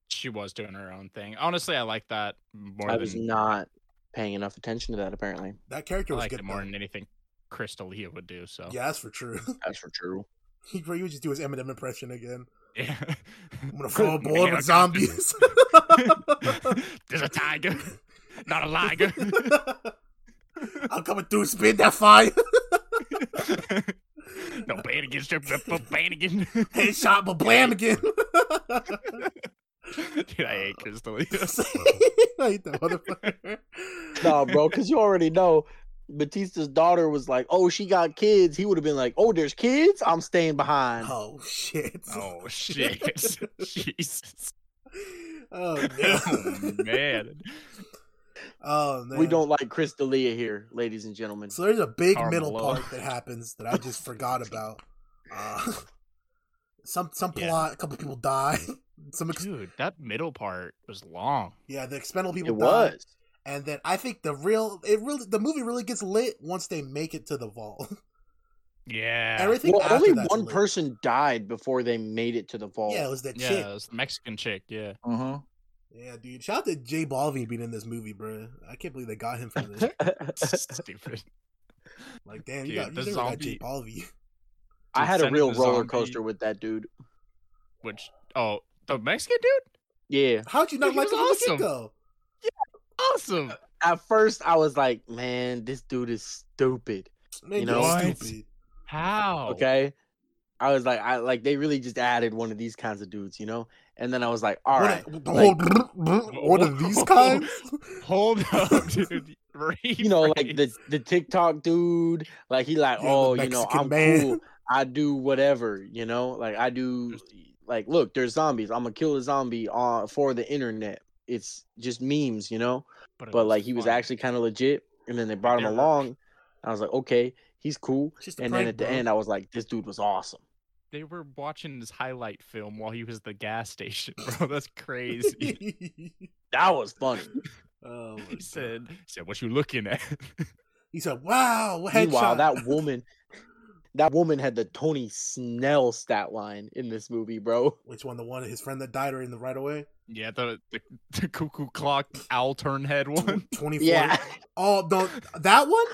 [SPEAKER 2] She was doing her own thing. Honestly, I like that more
[SPEAKER 3] I
[SPEAKER 2] than
[SPEAKER 3] was not paying enough attention to that. Apparently,
[SPEAKER 1] That
[SPEAKER 2] I
[SPEAKER 1] character was
[SPEAKER 2] liked
[SPEAKER 1] good.
[SPEAKER 2] it more
[SPEAKER 1] though.
[SPEAKER 2] than anything Crystalia would do. So (laughs)
[SPEAKER 1] Yeah, that's for true. (laughs)
[SPEAKER 3] that's for true.
[SPEAKER 1] he probably would just do his Eminem impression again.
[SPEAKER 2] Yeah.
[SPEAKER 1] I'm
[SPEAKER 2] (laughs)
[SPEAKER 1] gonna throw a
[SPEAKER 2] Yeah,
[SPEAKER 1] ball with
[SPEAKER 2] I got you.
[SPEAKER 1] zombies.
[SPEAKER 2] (laughs)
[SPEAKER 1] (laughs)
[SPEAKER 2] There's a tiger, not a liger. (laughs)
[SPEAKER 1] (laughs) I'm coming through, spin that fire. (laughs)
[SPEAKER 2] no Bannigan, strip up for Bannigan.
[SPEAKER 1] Headshot, but blam again.
[SPEAKER 2] (laughs)
[SPEAKER 1] (laughs)
[SPEAKER 2] Dude, I hate
[SPEAKER 1] (laughs)
[SPEAKER 2] Crystalia.
[SPEAKER 1] I hate that motherfucker.
[SPEAKER 3] No, bro, because you already know. Batista's daughter was like, "Oh, she got kids." He would have been like, "Oh, there's kids. I'm staying behind."
[SPEAKER 1] Oh shit.
[SPEAKER 2] Oh shit! (laughs) Jesus.
[SPEAKER 3] (laughs)
[SPEAKER 1] Oh,
[SPEAKER 2] Oh
[SPEAKER 1] no.
[SPEAKER 2] man.
[SPEAKER 1] Oh man.
[SPEAKER 3] We don't like Chris D'Elia here, ladies and gentlemen.
[SPEAKER 1] So there's a big
[SPEAKER 2] Karma
[SPEAKER 1] middle
[SPEAKER 2] law.
[SPEAKER 1] part that happens that I just forgot about. Uh, (laughs) some some
[SPEAKER 2] Yeah.
[SPEAKER 1] plot, a couple people die. (laughs) Some ex-
[SPEAKER 2] Dude, that middle part was long.
[SPEAKER 1] yeah, the expendable people
[SPEAKER 3] It
[SPEAKER 1] die.
[SPEAKER 3] was.
[SPEAKER 1] And then I think the real it really the movie really gets lit once they make it to the vault. (laughs)
[SPEAKER 2] Yeah.
[SPEAKER 1] Everything
[SPEAKER 3] Well,
[SPEAKER 1] after
[SPEAKER 3] only
[SPEAKER 1] that's
[SPEAKER 3] one
[SPEAKER 1] lit.
[SPEAKER 3] person died before they made it to the vault.
[SPEAKER 1] Yeah, it was that
[SPEAKER 2] yeah,
[SPEAKER 1] chick.
[SPEAKER 2] it was the Mexican chick. Yeah. (laughs)
[SPEAKER 3] Mm-hmm. (laughs)
[SPEAKER 1] Yeah, dude. Shout out to Jay Balvin being in this movie, bro. I can't believe they got him for
[SPEAKER 3] (laughs)
[SPEAKER 1] this.
[SPEAKER 3] Mhm.
[SPEAKER 2] Stupid.
[SPEAKER 1] Like, damn, you
[SPEAKER 2] Dude,
[SPEAKER 1] got, you
[SPEAKER 2] the
[SPEAKER 1] never got Jay
[SPEAKER 2] zombie-
[SPEAKER 1] Balvin.
[SPEAKER 3] I
[SPEAKER 2] Dude,
[SPEAKER 3] had a
[SPEAKER 2] sending
[SPEAKER 3] real
[SPEAKER 2] the
[SPEAKER 3] roller
[SPEAKER 2] zombie-
[SPEAKER 3] coaster with that dude.
[SPEAKER 2] Which oh the Mexican dude?
[SPEAKER 3] Yeah.
[SPEAKER 1] (laughs) How'd you not
[SPEAKER 2] Dude, he
[SPEAKER 1] like him
[SPEAKER 2] was
[SPEAKER 1] from
[SPEAKER 2] awesome.
[SPEAKER 1] the get-go? (laughs)
[SPEAKER 2] Awesome.
[SPEAKER 3] At first, I was like, "Man, this dude is stupid."
[SPEAKER 1] Man,
[SPEAKER 3] You
[SPEAKER 1] you
[SPEAKER 3] know?
[SPEAKER 1] are
[SPEAKER 2] What?
[SPEAKER 1] stupid. Oh.
[SPEAKER 2] How?
[SPEAKER 3] Okay. I was like, I like they really just added one of these kinds of dudes, you know. And then I was like, all
[SPEAKER 1] What (laughs)
[SPEAKER 3] right,
[SPEAKER 1] a- the whole (laughs)
[SPEAKER 3] like-
[SPEAKER 1] one of
[SPEAKER 2] (laughs)
[SPEAKER 1] these
[SPEAKER 3] (laughs)
[SPEAKER 1] kinds? (laughs)
[SPEAKER 2] Hold up, dude.
[SPEAKER 3] you know, like the the TikTok dude, like he like,
[SPEAKER 1] Yeah, the
[SPEAKER 3] oh, you know,
[SPEAKER 1] Mexican
[SPEAKER 3] I'm
[SPEAKER 1] man."
[SPEAKER 3] cool. I do whatever, you know, like I do. Like, look, there's zombies. I'm gonna kill a zombie uh, for the internet. It's just memes, you know.
[SPEAKER 2] it
[SPEAKER 3] (laughs) But like, he was
[SPEAKER 2] fun.
[SPEAKER 3] actually kind of legit. And then they brought him
[SPEAKER 2] They're-
[SPEAKER 3] along. I was like, okay, he's cool.
[SPEAKER 1] It's just a
[SPEAKER 3] And
[SPEAKER 1] prank,
[SPEAKER 3] then at the
[SPEAKER 1] bro. (laughs)
[SPEAKER 3] end, I was like, this dude was awesome.
[SPEAKER 2] they were watching his highlight film while he was at the gas station, (laughs) bro. That's
[SPEAKER 1] (laughs)
[SPEAKER 2] crazy.
[SPEAKER 3] That was funny.
[SPEAKER 1] oh, my
[SPEAKER 2] he
[SPEAKER 1] God.
[SPEAKER 2] said, he "said What you looking at?" (laughs)
[SPEAKER 1] he said, wow, headshot.
[SPEAKER 3] Meanwhile, that woman, that woman had the Tony Snell stat line in this movie, bro.
[SPEAKER 1] Which one? The one his friend that died or in the right away?
[SPEAKER 2] yeah, the the, the cuckoo clock owl
[SPEAKER 1] (laughs)
[SPEAKER 2] turn head one.
[SPEAKER 1] 24.
[SPEAKER 3] (laughs) Yeah,
[SPEAKER 1] Oh, the, that
[SPEAKER 2] (laughs)
[SPEAKER 1] one?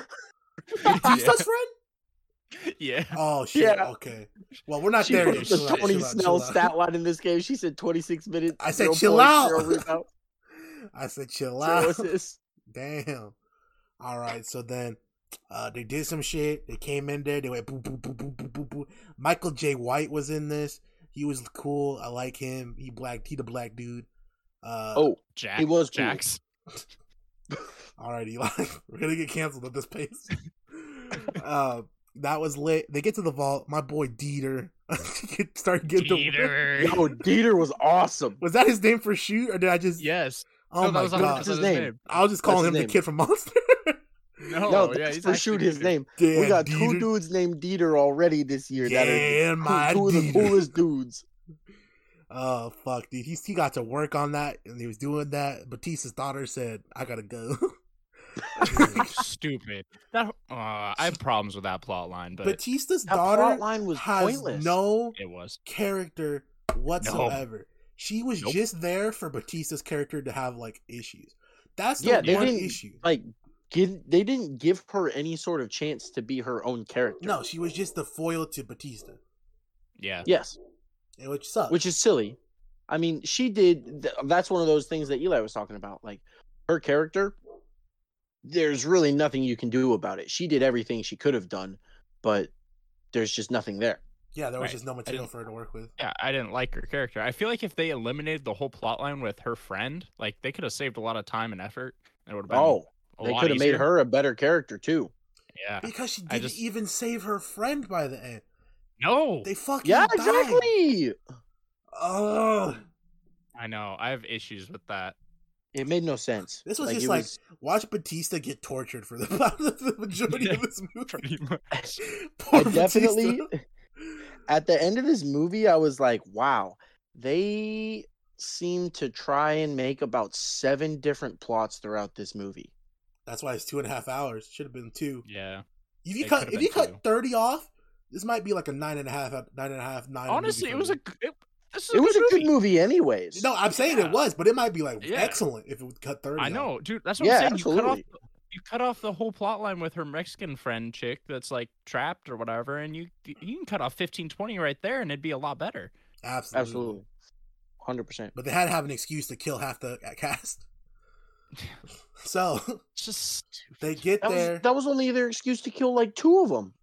[SPEAKER 2] yeah.
[SPEAKER 1] Batista's friend? (laughs)
[SPEAKER 2] yeah.
[SPEAKER 1] Oh, shit.
[SPEAKER 3] Yeah.
[SPEAKER 1] Okay. Well, we're not
[SPEAKER 3] she
[SPEAKER 1] there
[SPEAKER 3] put
[SPEAKER 1] yet.
[SPEAKER 3] the
[SPEAKER 1] Chill out,
[SPEAKER 3] Tony
[SPEAKER 1] chill out,
[SPEAKER 3] Snell
[SPEAKER 1] chill out.
[SPEAKER 3] stat line in this game. She said 26 minutes.
[SPEAKER 1] I said, (laughs)
[SPEAKER 3] 0.0
[SPEAKER 1] "Chill out."
[SPEAKER 3] rebound,
[SPEAKER 1] I said, chill
[SPEAKER 3] zero
[SPEAKER 1] out.
[SPEAKER 3] assists.
[SPEAKER 1] Damn. All right. So then, uh, they did some shit. They came in there. They went boo boo boo boo boo boo boo. Michael J. White was in this. He was cool. I like him. He black. He the black dude. Uh,
[SPEAKER 3] Oh,
[SPEAKER 2] Jack.
[SPEAKER 3] He was cool.
[SPEAKER 2] Jack's.
[SPEAKER 1] All right, Eli. (laughs) We're gonna get canceled at this
[SPEAKER 3] (laughs)
[SPEAKER 1] pace. uh, that was lit. They get to the vault. My boy Dieter (laughs) start getting the-
[SPEAKER 2] Dieter.
[SPEAKER 3] yo, Dieter was awesome.
[SPEAKER 1] Was that his name for shoot, or did I just?
[SPEAKER 2] Yes.
[SPEAKER 1] Oh
[SPEAKER 2] No,
[SPEAKER 1] my
[SPEAKER 2] that was
[SPEAKER 1] god!
[SPEAKER 2] 100% his
[SPEAKER 3] What's his
[SPEAKER 2] name.
[SPEAKER 1] I'll just call
[SPEAKER 3] That's
[SPEAKER 1] him
[SPEAKER 3] his
[SPEAKER 1] the
[SPEAKER 3] name.
[SPEAKER 1] kid from Monster. (laughs) Oh,
[SPEAKER 2] No,
[SPEAKER 3] No,
[SPEAKER 2] yeah,
[SPEAKER 3] that's
[SPEAKER 2] he's
[SPEAKER 3] for
[SPEAKER 2] actually
[SPEAKER 3] shoot his
[SPEAKER 2] Dieter.
[SPEAKER 3] name.
[SPEAKER 1] Damn,
[SPEAKER 3] we got
[SPEAKER 1] Dieter.
[SPEAKER 3] two dudes named Dieter already this year that are
[SPEAKER 1] Yeah, my
[SPEAKER 3] cool- two of the
[SPEAKER 1] Dieter.
[SPEAKER 3] coolest dudes.
[SPEAKER 1] Oh fuck, dude! He's, he got to work on that, and he was doing that. Batista's daughter said, "I gotta go." (laughs)
[SPEAKER 2] Stupid. That uh, I have problems with that plot line, (laughs) but
[SPEAKER 1] Batista's
[SPEAKER 3] That
[SPEAKER 1] daughter
[SPEAKER 3] plot line was
[SPEAKER 1] has
[SPEAKER 3] pointless.
[SPEAKER 1] no
[SPEAKER 2] it was.
[SPEAKER 1] character whatsoever. She was
[SPEAKER 2] Nope.
[SPEAKER 1] just there for Batista's character to have like issues. That's the
[SPEAKER 3] Yeah, they
[SPEAKER 1] one
[SPEAKER 3] didn't-
[SPEAKER 1] issue.
[SPEAKER 3] like give, they didn't give her any sort of chance to be her own character.
[SPEAKER 1] No, she was just the foil to Batista,
[SPEAKER 2] Yeah.
[SPEAKER 3] Yes,
[SPEAKER 1] and which sucks.
[SPEAKER 3] which is silly. I mean, she did. th- That's one of those things that Eli was talking about. Like her character there's really nothing you can do about it. She did everything she could have done, but there's just nothing there.
[SPEAKER 1] Yeah, there was
[SPEAKER 2] Right.
[SPEAKER 1] just no material
[SPEAKER 2] didn't-
[SPEAKER 1] for her to work with.
[SPEAKER 2] Yeah, I didn't like her character. I feel like if they eliminated the whole plot line with her friend, like they could have saved a lot of time and effort. It would have been
[SPEAKER 3] Oh,
[SPEAKER 2] a
[SPEAKER 3] they
[SPEAKER 2] lot
[SPEAKER 3] could have made
[SPEAKER 2] easier.
[SPEAKER 3] her a better character too.
[SPEAKER 2] Yeah.
[SPEAKER 1] Because she
[SPEAKER 2] I
[SPEAKER 1] didn't
[SPEAKER 2] just-
[SPEAKER 1] even save her friend by the end.
[SPEAKER 2] No.
[SPEAKER 1] They fucking
[SPEAKER 3] Yeah,
[SPEAKER 1] died.
[SPEAKER 3] exactly.
[SPEAKER 1] Oh,
[SPEAKER 2] I know. I have issues with that.
[SPEAKER 3] It made no sense.
[SPEAKER 1] This was just
[SPEAKER 3] it
[SPEAKER 1] like- watch Batista get tortured for the, (laughs) the majority of
[SPEAKER 2] (laughs)
[SPEAKER 1] this movie.
[SPEAKER 2] Pretty much.
[SPEAKER 1] (laughs) Poor
[SPEAKER 3] (laughs) I definitely
[SPEAKER 1] Batista.
[SPEAKER 3] (laughs) at the end of this movie, I was like, wow, they seem to try and make about seven different plots throughout this movie.
[SPEAKER 1] That's why it's two and a half hours. Should have been two.
[SPEAKER 2] Yeah.
[SPEAKER 1] If you
[SPEAKER 2] It
[SPEAKER 1] cut
[SPEAKER 2] could've
[SPEAKER 1] if
[SPEAKER 2] been
[SPEAKER 1] you
[SPEAKER 2] two.
[SPEAKER 1] cut thirty off, this might be like a nine and a half, nine and a half, nine.
[SPEAKER 2] Honestly,
[SPEAKER 1] movie
[SPEAKER 2] it
[SPEAKER 1] for
[SPEAKER 2] was
[SPEAKER 1] me.
[SPEAKER 2] a. g- It, this is
[SPEAKER 3] It was a good
[SPEAKER 2] movie.
[SPEAKER 3] movie, anyways.
[SPEAKER 1] No, I'm saying
[SPEAKER 2] Yeah.
[SPEAKER 1] it was, but it might be like
[SPEAKER 2] Yeah.
[SPEAKER 1] excellent if it would cut thirty.
[SPEAKER 2] I
[SPEAKER 1] off.
[SPEAKER 2] know, dude. That's what
[SPEAKER 3] Yeah,
[SPEAKER 2] I'm saying. You cut off.
[SPEAKER 3] absolutely.
[SPEAKER 2] the- You cut off the whole plot line with her Mexican friend chick that's like trapped or whatever, and you you can cut off fifteen twenty right there, and it'd be a lot better.
[SPEAKER 1] Absolutely.
[SPEAKER 3] absolutely, hundred percent.
[SPEAKER 1] But they had to have an excuse to kill half the
[SPEAKER 2] (laughs)
[SPEAKER 1] cast. So (laughs)
[SPEAKER 2] It's just
[SPEAKER 3] (laughs)
[SPEAKER 2] stupid.
[SPEAKER 1] they get
[SPEAKER 3] That
[SPEAKER 1] there.
[SPEAKER 3] was that was only their excuse to kill like two of them.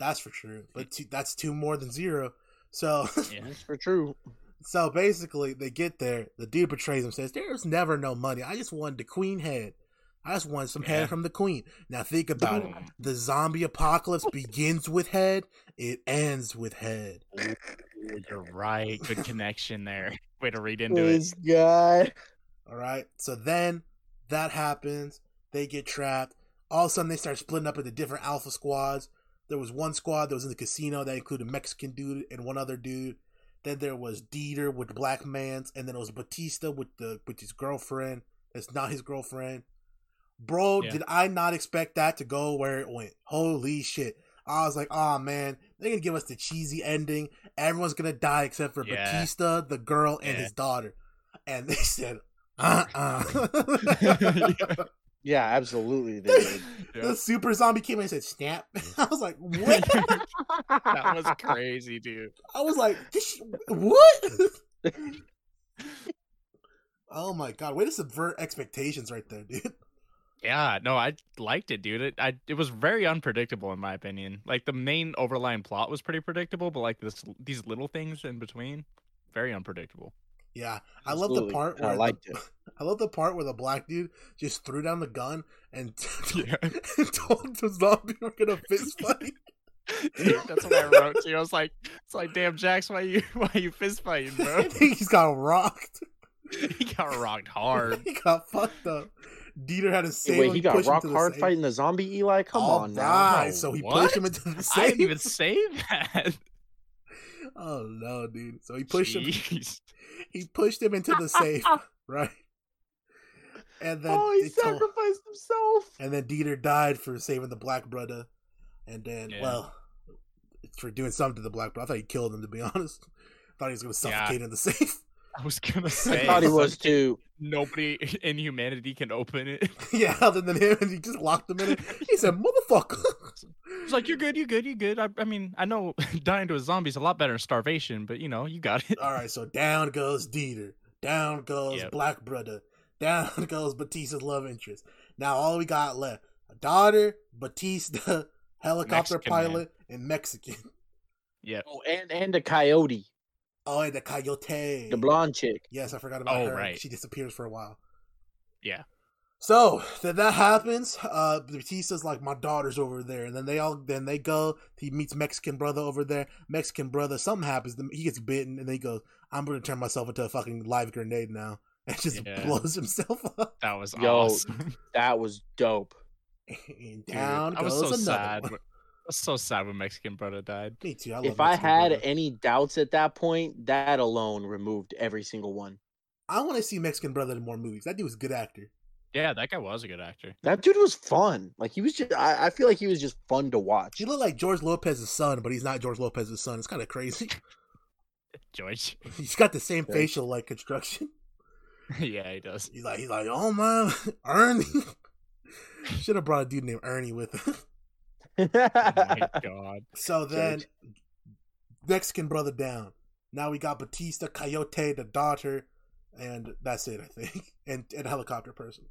[SPEAKER 1] that's for sure. But two, that's two more than zero. So
[SPEAKER 2] Yeah.
[SPEAKER 3] That's for true.
[SPEAKER 1] so basically, they get there. The dude betrays him. Says, "There's never no money. I just wanted the queen head. I just wanted some
[SPEAKER 2] Yeah.
[SPEAKER 1] head from the queen." Now think about it.
[SPEAKER 2] Boom.
[SPEAKER 1] The zombie apocalypse begins with head. It ends with head.
[SPEAKER 2] You're right. Good connection there. (laughs) Way to read into it.
[SPEAKER 3] This guy.
[SPEAKER 1] All right. So then that happens. They get trapped. All of a sudden, they start splitting up into different alpha squads. There was one squad that was in the casino that included a Mexican dude and one other dude. Then there was Dieter with the black man's, and then it was Batista with the with his girlfriend. That's not his girlfriend. Bro,
[SPEAKER 2] Yeah.
[SPEAKER 1] did I not expect that to go where it went? Holy shit. I was like, oh man, they're gonna give us the cheesy ending. Everyone's gonna die except for
[SPEAKER 2] Yeah.
[SPEAKER 1] Batista, the girl, and
[SPEAKER 2] Yeah.
[SPEAKER 1] his daughter. And (laughs) they said, uh-uh.
[SPEAKER 3] (laughs) Yeah, absolutely. They
[SPEAKER 1] (laughs)
[SPEAKER 3] did.
[SPEAKER 1] The super zombie came in and said, snap. (laughs) I was like, what?
[SPEAKER 2] that was crazy, dude.
[SPEAKER 1] I was like, this sh- what? (laughs) oh my god, way to subvert expectations right there, dude. (laughs)
[SPEAKER 2] Yeah, no, I liked it, dude. It I, it was very unpredictable in my opinion. Like the main overlying plot was pretty predictable, but like this these little things in between, very unpredictable.
[SPEAKER 1] Yeah, I love the
[SPEAKER 3] Absolutely.
[SPEAKER 1] part
[SPEAKER 3] And
[SPEAKER 1] where
[SPEAKER 3] I
[SPEAKER 1] the-
[SPEAKER 3] liked it.
[SPEAKER 1] (laughs) I love the part where the black dude just threw down the gun and (laughs)
[SPEAKER 2] Yeah.
[SPEAKER 1] told the zombie we're gonna
[SPEAKER 3] (laughs)
[SPEAKER 1] fist fight.
[SPEAKER 2] Dude, that's what I wrote to you. I was like, it's like, damn, Jax, why you (laughs) why you fist fighting,
[SPEAKER 1] (laughs)
[SPEAKER 2] bro? (laughs)
[SPEAKER 1] He's got rocked.
[SPEAKER 2] he got rocked hard.
[SPEAKER 1] (laughs) He got fucked up. Dieter had to save
[SPEAKER 3] Wait,
[SPEAKER 1] him.
[SPEAKER 3] he got
[SPEAKER 1] push him
[SPEAKER 3] rock
[SPEAKER 1] to the
[SPEAKER 3] hard
[SPEAKER 1] safe.
[SPEAKER 3] fighting the zombie Eli. Come
[SPEAKER 1] All
[SPEAKER 3] on now.
[SPEAKER 1] right, so he
[SPEAKER 2] What?
[SPEAKER 1] pushed him into the
[SPEAKER 2] (laughs) I
[SPEAKER 1] safe.
[SPEAKER 2] didn't even say that.
[SPEAKER 1] (laughs) Oh no, dude! So he pushed him.
[SPEAKER 2] Jeez.
[SPEAKER 1] He pushed him into the
[SPEAKER 3] (laughs)
[SPEAKER 1] safe, right? And then
[SPEAKER 3] Oh, he
[SPEAKER 1] they told-
[SPEAKER 3] sacrificed himself.
[SPEAKER 1] and then Dieter died for saving the black brother, and then
[SPEAKER 2] Yeah.
[SPEAKER 1] well, for doing something to the black brother. I thought he killed him. To be (laughs) honest, I thought he was going to suffocate in the safe. (laughs)
[SPEAKER 2] I was gonna
[SPEAKER 1] I
[SPEAKER 2] say
[SPEAKER 3] I thought he was too.
[SPEAKER 2] nobody in humanity can open it.
[SPEAKER 1] yeah, other than him, and he just locked him in. It. He said, "Motherfucker." (laughs)
[SPEAKER 2] It's like you're good, you're good, you're good. I, I mean, I know (laughs) dying to a zombie's a lot better than starvation, but you know, you got it. (laughs)
[SPEAKER 1] All right, so down goes Dieter. Down goes
[SPEAKER 2] Yep.
[SPEAKER 1] Black Brother. (laughs) Down goes Batista's love interest. Now all we got left: a daughter, Batista, (laughs) helicopter
[SPEAKER 2] Mexican man.
[SPEAKER 1] pilot, and Mexican. (laughs)
[SPEAKER 2] Yeah.
[SPEAKER 3] Oh, and and the coyote,
[SPEAKER 1] Oh, and the coyote.
[SPEAKER 3] the blonde chick.
[SPEAKER 1] Yes, I forgot about
[SPEAKER 2] Oh,
[SPEAKER 1] her.
[SPEAKER 2] right.
[SPEAKER 1] She disappears for a while.
[SPEAKER 2] Yeah.
[SPEAKER 1] So then that happens. Uh, Batista's like, my daughter's over there, and then they all then they go. He meets Mexican brother over there. Mexican brother, something happens. to him. He gets bitten, and then he goes, "I'm gonna turn myself into a fucking live grenade now," (laughs) and just
[SPEAKER 2] Yeah.
[SPEAKER 1] blows himself up.
[SPEAKER 2] That was
[SPEAKER 3] Yo,
[SPEAKER 2] awesome. (laughs)
[SPEAKER 3] That was dope.
[SPEAKER 1] And
[SPEAKER 2] Dude,
[SPEAKER 1] down
[SPEAKER 2] I was
[SPEAKER 1] goes
[SPEAKER 2] so
[SPEAKER 1] another
[SPEAKER 2] sad.
[SPEAKER 1] one.
[SPEAKER 2] when- I was so sad when Mexican brother died.
[SPEAKER 1] Me too. I love
[SPEAKER 3] if I
[SPEAKER 1] Mexican
[SPEAKER 3] had
[SPEAKER 1] brother.
[SPEAKER 3] any doubts at that point, that alone removed every single one.
[SPEAKER 1] I want to see Mexican brother in more movies. That dude was a good actor.
[SPEAKER 2] Yeah, that guy was a good actor.
[SPEAKER 3] That dude was fun. Like he was just. I, I feel like he was just fun to watch.
[SPEAKER 1] He looked like George Lopez's son, but he's not George Lopez's son. It's kind of crazy. (laughs)
[SPEAKER 2] George. (laughs)
[SPEAKER 1] he's got the same
[SPEAKER 3] Yeah.
[SPEAKER 1] facial like construction.
[SPEAKER 2] yeah, he does.
[SPEAKER 1] He's like, he's like, oh man, (laughs) Ernie. Should have brought a dude named Ernie with him. (laughs)
[SPEAKER 2] Oh my god.
[SPEAKER 1] So then,
[SPEAKER 3] Judge.
[SPEAKER 1] Mexican brother down. Now we got Batista, Coyote, the (laughs) daughter, and that's it, I think. And and helicopter person.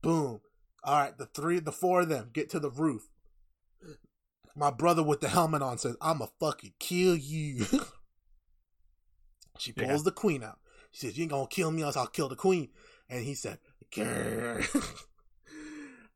[SPEAKER 1] Boom. All right, the three, the four of them get to the roof. My brother with the helmet on says, "I'ma fucking kill you." (laughs) she pulls
[SPEAKER 2] Yeah.
[SPEAKER 1] the queen out. She says, "You ain't gonna kill me, else I'll kill the queen." And he said, "Grr." (laughs)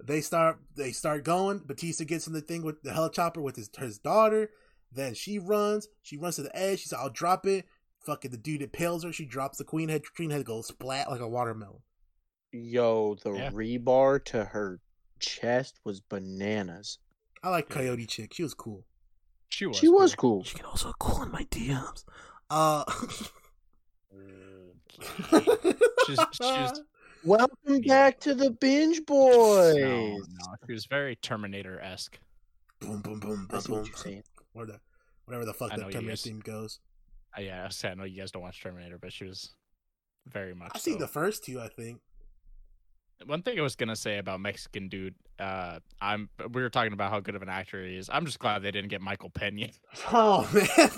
[SPEAKER 1] they start, they start going. Batista gets in the thing with the helicopter with his his daughter. Then she runs. She runs to the edge. She says, "I'll drop it." Fucking the dude impales her. She drops the queen head. Queen head goes splat like a watermelon.
[SPEAKER 3] (laughs) Yo, the
[SPEAKER 2] Yeah.
[SPEAKER 3] rebar to her chest was bananas.
[SPEAKER 1] I like
[SPEAKER 2] Yeah.
[SPEAKER 1] Coyote Chick. She was cool.
[SPEAKER 2] She was.
[SPEAKER 3] she was
[SPEAKER 2] cool.
[SPEAKER 3] cool.
[SPEAKER 1] She can also call in my DMs. Uh.
[SPEAKER 2] (laughs)
[SPEAKER 1] (laughs)
[SPEAKER 2] She's, she's
[SPEAKER 3] Welcome
[SPEAKER 2] Yeah.
[SPEAKER 3] back to the binge
[SPEAKER 2] no,
[SPEAKER 3] boys.
[SPEAKER 2] no, she was very Terminator esque.
[SPEAKER 1] boom, boom, boom,
[SPEAKER 3] I
[SPEAKER 1] boom,
[SPEAKER 3] see what
[SPEAKER 1] boom.
[SPEAKER 3] you're saying.
[SPEAKER 1] Where the, whatever the fuck
[SPEAKER 2] I know
[SPEAKER 1] that
[SPEAKER 2] you
[SPEAKER 1] Terminator
[SPEAKER 2] guys-
[SPEAKER 1] theme goes.
[SPEAKER 2] Uh, Yeah, I said I know you guys don't watch Terminator, but she was very much.
[SPEAKER 1] I see
[SPEAKER 2] so.
[SPEAKER 1] the first two. I think.
[SPEAKER 2] One thing I was gonna say about Mexican dude, uh, I'm we were talking about how good of an actor he is. I'm just glad they didn't get Michael Pena.
[SPEAKER 1] Oh (laughs) man,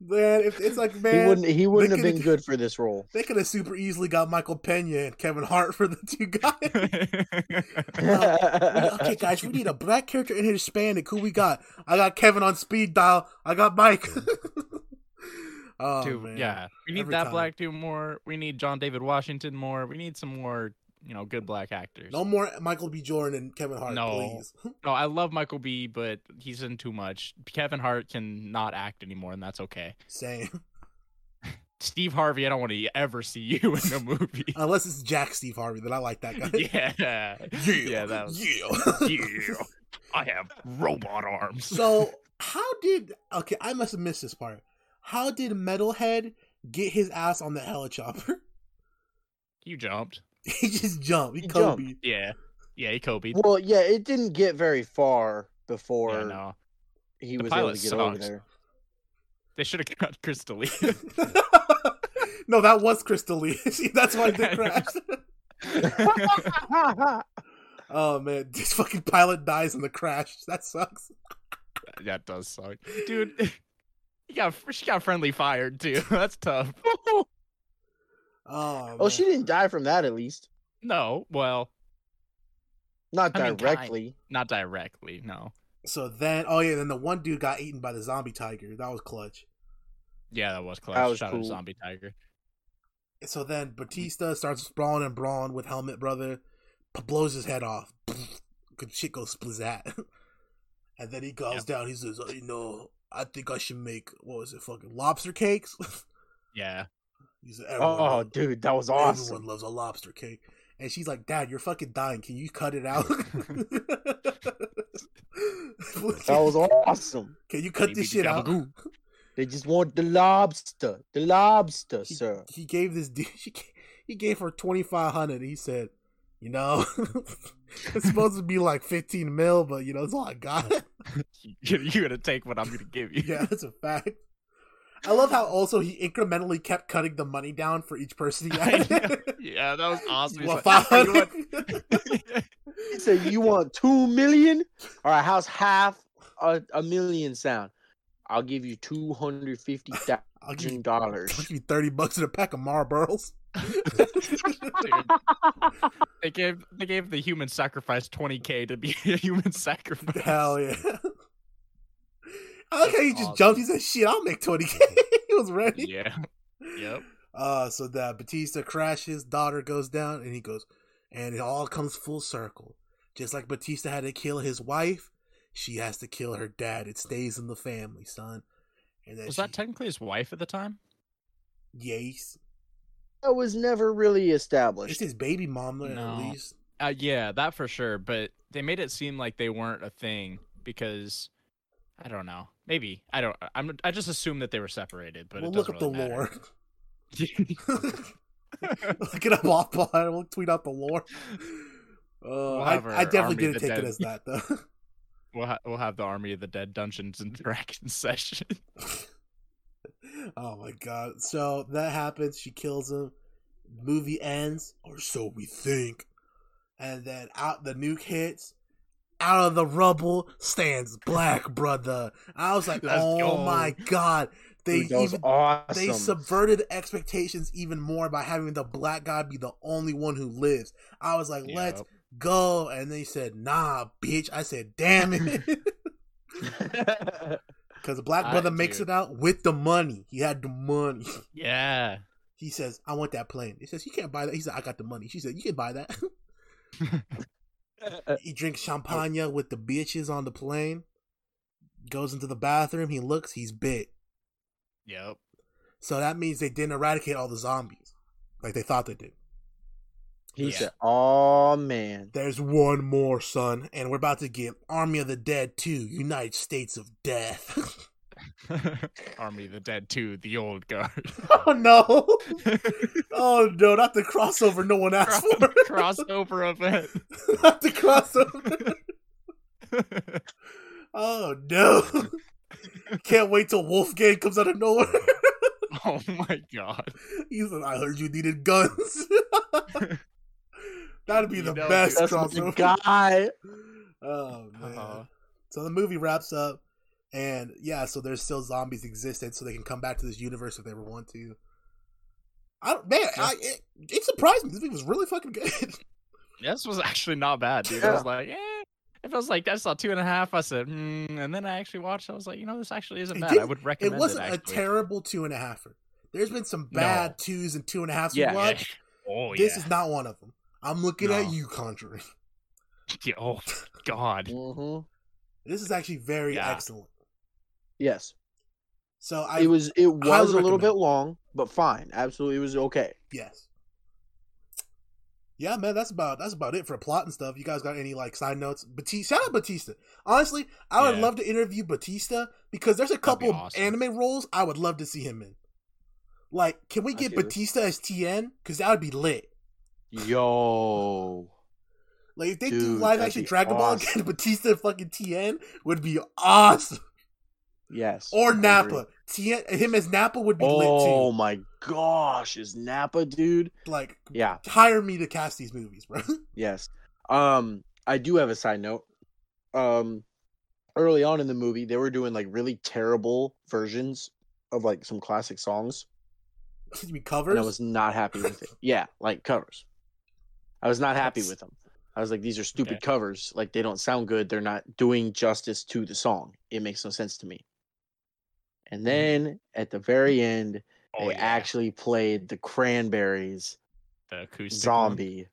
[SPEAKER 1] man, if, it's like
[SPEAKER 3] He
[SPEAKER 1] man,
[SPEAKER 3] wouldn't. He wouldn't have
[SPEAKER 1] could've-
[SPEAKER 3] been good for
[SPEAKER 1] (laughs)
[SPEAKER 3] this role.
[SPEAKER 1] they could have super easily got Michael Pena and Kevin Hart for the two
[SPEAKER 2] (laughs)
[SPEAKER 1] guys.
[SPEAKER 3] (laughs)
[SPEAKER 1] We- okay, guys, we need a black character and Hispanic. Who we got? I got Kevin on speed dial. I got Mike. (laughs) oh,
[SPEAKER 2] Dude,
[SPEAKER 1] man.
[SPEAKER 2] yeah, we need
[SPEAKER 1] Every
[SPEAKER 2] that
[SPEAKER 1] time.
[SPEAKER 2] black dude more. We need John David Washington more. We need some more, you know, good black actors.
[SPEAKER 1] No more Michael B. Jordan and Kevin Hart,
[SPEAKER 2] No.
[SPEAKER 1] please.
[SPEAKER 2] No, I love Michael B, but he's in too much. Kevin Hart can not act anymore, and that's okay.
[SPEAKER 1] Same.
[SPEAKER 2] Steve Harvey, I don't want to ever see you in
[SPEAKER 1] (laughs)
[SPEAKER 2] a movie.
[SPEAKER 1] Unless it's Jack Steve Harvey, then I like that guy.
[SPEAKER 2] (laughs)
[SPEAKER 1] (laughs)
[SPEAKER 2] yeah, yeah, yeah, that was
[SPEAKER 1] yeah.
[SPEAKER 2] yeah.
[SPEAKER 1] (laughs)
[SPEAKER 2] I have robot arms.
[SPEAKER 1] so how did okay? I must have missed this part. How did Metalhead get his ass on the helichopper?
[SPEAKER 2] you jumped.
[SPEAKER 1] (laughs) he just jumped. He,
[SPEAKER 3] He
[SPEAKER 1] Kobe.
[SPEAKER 2] Yeah, yeah, he Kobe.
[SPEAKER 3] Well, yeah, it didn't get very far before
[SPEAKER 2] Yeah, no.
[SPEAKER 3] he
[SPEAKER 2] The
[SPEAKER 3] was able
[SPEAKER 2] pilot
[SPEAKER 3] to get over
[SPEAKER 2] sucks.
[SPEAKER 3] there.
[SPEAKER 2] They should have got Crystal Lee.
[SPEAKER 1] (laughs)
[SPEAKER 2] (laughs)
[SPEAKER 1] no, that was Crystal Lee. (laughs) See, That's why they crashed. (laughs) oh man, this fucking pilot dies in the crash. That sucks.
[SPEAKER 2] that does suck, dude. (laughs) He got she got friendly fired too. (laughs) That's tough.
[SPEAKER 1] Oh,
[SPEAKER 3] oh,
[SPEAKER 1] man.
[SPEAKER 3] she didn't die from that, at least
[SPEAKER 2] no, well,
[SPEAKER 3] not
[SPEAKER 2] I mean, die.
[SPEAKER 3] directly.
[SPEAKER 2] not directly. No.
[SPEAKER 1] So then, oh yeah, then the one dude got eaten by the zombie tiger. That was clutch.
[SPEAKER 2] Yeah, that was close.
[SPEAKER 3] That was
[SPEAKER 2] Shout out
[SPEAKER 3] cool.
[SPEAKER 2] Zombie Tiger.
[SPEAKER 1] So then
[SPEAKER 3] Mm-hmm.
[SPEAKER 1] Batista starts sprawling and brawling with Helmet Brother, p- blows his head off. (laughs) Good shit goes splizzat. (laughs) And then he goes
[SPEAKER 2] Yep.
[SPEAKER 1] down. He says, oh, "You know, I think I should make what was it, fucking lobster cakes." (laughs)
[SPEAKER 2] Yeah.
[SPEAKER 1] he said, "Everyone,
[SPEAKER 3] Oh,
[SPEAKER 1] loves-
[SPEAKER 3] dude, that was
[SPEAKER 1] everyone
[SPEAKER 3] awesome.
[SPEAKER 1] loves a lobster cake." And she's like, "Dad, you're fucking dying. Can you cut it
[SPEAKER 3] (laughs)
[SPEAKER 1] out?" (laughs)
[SPEAKER 3] That was awesome.
[SPEAKER 1] Can you cut
[SPEAKER 2] Maybe
[SPEAKER 1] this
[SPEAKER 2] the
[SPEAKER 1] shit out?
[SPEAKER 2] gabagoo.
[SPEAKER 3] They just want the lobster, the lobster,
[SPEAKER 1] he,
[SPEAKER 3] sir.
[SPEAKER 1] he gave this dude, (laughs) she, ga- he gave her 2500 he said you know (laughs) it's supposed to be like 15 mil but you know that's all i
[SPEAKER 2] (laughs)
[SPEAKER 1] got (laughs)
[SPEAKER 2] You- You're gonna take what I'm gonna give you. (laughs)
[SPEAKER 1] yeah that's a fact i love how also he incrementally kept cutting the money down for each person he
[SPEAKER 2] (laughs)
[SPEAKER 1] (laughs)
[SPEAKER 2] I know.
[SPEAKER 1] had
[SPEAKER 2] Yeah, that was awesome. He's
[SPEAKER 1] Well,
[SPEAKER 2] like, "Ah, you
[SPEAKER 1] 500.
[SPEAKER 2] want-"
[SPEAKER 3] He said, "You want two million? All right, how's half a, a million sound? I'll give you two hundred fifty thousand
[SPEAKER 1] (laughs) I'll, give you, I'll
[SPEAKER 3] dollars."
[SPEAKER 1] give you 30 bucks and a pack of marlboros (laughs)
[SPEAKER 2] Dude. They gave they gave the human sacrifice 20k to be a human sacrifice.
[SPEAKER 1] hell yeah (laughs) i like how he just
[SPEAKER 2] Awesome.
[SPEAKER 1] jumped he said shit i'll make 20k (laughs) he was ready
[SPEAKER 2] Yeah. Yep.
[SPEAKER 1] Uh, so that Batista crashes, daughter goes down, and he goes, and it all comes full circle. Just like Batista had to kill his wife, she has to kill her dad. It stays in the family, son. And then
[SPEAKER 2] Was
[SPEAKER 1] she,
[SPEAKER 2] that technically his wife at the time?
[SPEAKER 1] Yes,
[SPEAKER 3] That was never really
[SPEAKER 1] it's
[SPEAKER 3] established.
[SPEAKER 1] his baby mom though,
[SPEAKER 2] No.
[SPEAKER 1] at least.
[SPEAKER 2] Uh, yeah, that for sure. But they made it seem like they weren't a thing because I don't know. Maybe I don't. I'm. I just assumed that they were separated. But
[SPEAKER 1] we'll
[SPEAKER 2] it
[SPEAKER 1] look
[SPEAKER 2] doesn't
[SPEAKER 1] up the
[SPEAKER 2] really matter.
[SPEAKER 1] lore. (laughs) look it up offline. We'll tweet out the
[SPEAKER 2] (laughs)
[SPEAKER 1] lore. Uh,
[SPEAKER 2] We'll
[SPEAKER 1] I,
[SPEAKER 2] have our
[SPEAKER 1] I definitely
[SPEAKER 2] army
[SPEAKER 1] didn't
[SPEAKER 2] of
[SPEAKER 1] take
[SPEAKER 2] the
[SPEAKER 1] it
[SPEAKER 2] dead.
[SPEAKER 1] as that though.
[SPEAKER 2] (laughs)
[SPEAKER 1] (laughs)
[SPEAKER 2] we'll ha- we'll have the army of the dead Dungeons and (laughs) Dragons session.
[SPEAKER 1] oh my god. So that happens. She kills him. Movie ends, or so we think. And then out the nuke hits. Out of the rubble stands
[SPEAKER 3] (laughs)
[SPEAKER 1] Black Brother. I was like,
[SPEAKER 2] Let's
[SPEAKER 1] oh
[SPEAKER 2] go.
[SPEAKER 1] my god. They
[SPEAKER 3] Dude, that was
[SPEAKER 1] even
[SPEAKER 3] awesome.
[SPEAKER 1] they subverted expectations even more by having the black guy be the only one who lives. I was like, let's
[SPEAKER 2] Yep.
[SPEAKER 1] go. And they said, nah, bitch. I said, damn
[SPEAKER 3] (laughs)
[SPEAKER 1] it. (laughs) Because the black
[SPEAKER 2] Ah,
[SPEAKER 1] brother makes
[SPEAKER 2] dude.
[SPEAKER 1] it out with the money. He had the money.
[SPEAKER 2] Yeah.
[SPEAKER 1] He says, I want that plane. He says, You can't buy that. He said, I got the money. She said, You can buy that. (laughs) he drinks champagne with the bitches on the plane. Goes into the bathroom. He looks. He's bit.
[SPEAKER 2] Yep.
[SPEAKER 1] So that means they didn't eradicate all the zombies like they thought they did.
[SPEAKER 3] he
[SPEAKER 2] Yeah.
[SPEAKER 3] said, "Oh man,
[SPEAKER 1] There's one more, son, and we're about to get Army of the Dead 2, United States of Death.
[SPEAKER 2] (laughs)
[SPEAKER 1] (laughs)
[SPEAKER 2] Army of the Dead 2, the
[SPEAKER 1] (laughs)
[SPEAKER 2] old guard.
[SPEAKER 1] oh no! Oh no, not the crossover no one asked for. (laughs)
[SPEAKER 2] Crossover event. (laughs)
[SPEAKER 1] not the crossover. Oh no. (laughs) Can't wait till Wolfgang comes out of nowhere. (laughs)
[SPEAKER 2] oh my god.
[SPEAKER 1] He's like, I heard you needed guns. (laughs) That'd be
[SPEAKER 2] You
[SPEAKER 1] the
[SPEAKER 2] know,
[SPEAKER 1] best
[SPEAKER 3] that's the
[SPEAKER 1] crossover.
[SPEAKER 3] (laughs) guy."
[SPEAKER 1] (laughs) Oh man.
[SPEAKER 2] Uh-huh.
[SPEAKER 1] So the movie wraps up, and yeah, so there's still zombies existent, so they can come back to this universe if they ever want to. I don't, man, I, it, it surprised me. This movie was really fucking good. (laughs)
[SPEAKER 2] This was actually not bad, dude. I was like, eh. If I was like, I saw two and a half, I said, hmm. And then I actually watched, I was like, you know, this actually isn't
[SPEAKER 1] It
[SPEAKER 2] bad. I
[SPEAKER 1] didn't-
[SPEAKER 2] would
[SPEAKER 1] it
[SPEAKER 2] recommend it.
[SPEAKER 1] wasn't a
[SPEAKER 2] (laughs) actually.
[SPEAKER 1] terrible two and a halfer. There's been some bad
[SPEAKER 2] No.
[SPEAKER 1] twos and two and a halves
[SPEAKER 3] Yeah.
[SPEAKER 1] we watched.
[SPEAKER 2] Oh,
[SPEAKER 1] this
[SPEAKER 2] yeah.
[SPEAKER 1] is not one of them. I'm looking
[SPEAKER 2] No.
[SPEAKER 1] at you, Conjuring. (laughs)
[SPEAKER 2] Yeah, (laughs) Oh, God.
[SPEAKER 3] hmm
[SPEAKER 1] This is actually very
[SPEAKER 2] Yeah.
[SPEAKER 1] excellent.
[SPEAKER 3] Yes,
[SPEAKER 1] So I
[SPEAKER 3] it was. It was a little
[SPEAKER 1] recommend
[SPEAKER 3] bit
[SPEAKER 1] it.
[SPEAKER 3] long, but fine. Absolutely, it was okay.
[SPEAKER 1] yes, yeah, man. That's about that's about it for plot and stuff. You guys got any like side notes? Batista, shout out Batista. Honestly, I would
[SPEAKER 2] Yeah.
[SPEAKER 1] love to interview Batista because there's a
[SPEAKER 2] That'd be
[SPEAKER 1] couple
[SPEAKER 2] awesome.
[SPEAKER 1] anime roles I would love to see him in. Like, can we
[SPEAKER 3] I
[SPEAKER 1] get
[SPEAKER 3] feel you.
[SPEAKER 1] Batista as TN? Because that would be lit.
[SPEAKER 3] Yo,
[SPEAKER 1] Like, if they do
[SPEAKER 3] Dude,
[SPEAKER 1] live
[SPEAKER 3] that'd
[SPEAKER 1] action
[SPEAKER 3] be
[SPEAKER 1] Dragon Ball
[SPEAKER 3] awesome.
[SPEAKER 1] again, (laughs) Batista and fucking TN would be
[SPEAKER 3] (laughs)
[SPEAKER 1] awesome.
[SPEAKER 3] yes, I
[SPEAKER 1] Or
[SPEAKER 3] agree.
[SPEAKER 1] Nappa. TN, him as Nappa would be
[SPEAKER 3] Oh
[SPEAKER 1] lit too.
[SPEAKER 3] my gosh, is Napa, dude?
[SPEAKER 1] Like,
[SPEAKER 3] Yeah,
[SPEAKER 1] hire me to cast these movies, bro. (laughs)
[SPEAKER 3] yes. Um, I do have a side note. Um, early on in the movie, they were doing like really terrible versions of like some classic songs,
[SPEAKER 1] Excuse me, covers.
[SPEAKER 3] and I was not happy with it. Yeah, like covers. I was not happy
[SPEAKER 1] That's-
[SPEAKER 3] with them. I was like, these are stupid
[SPEAKER 2] Okay.
[SPEAKER 3] covers. Like they don't sound good. They're not doing justice to the song. It makes no sense to me.
[SPEAKER 1] Mm-hmm.
[SPEAKER 3] And then at the very end,
[SPEAKER 2] Oh,
[SPEAKER 3] they
[SPEAKER 2] yeah.
[SPEAKER 3] actually played the Cranberries
[SPEAKER 2] The acoustic. one.
[SPEAKER 3] Zombie.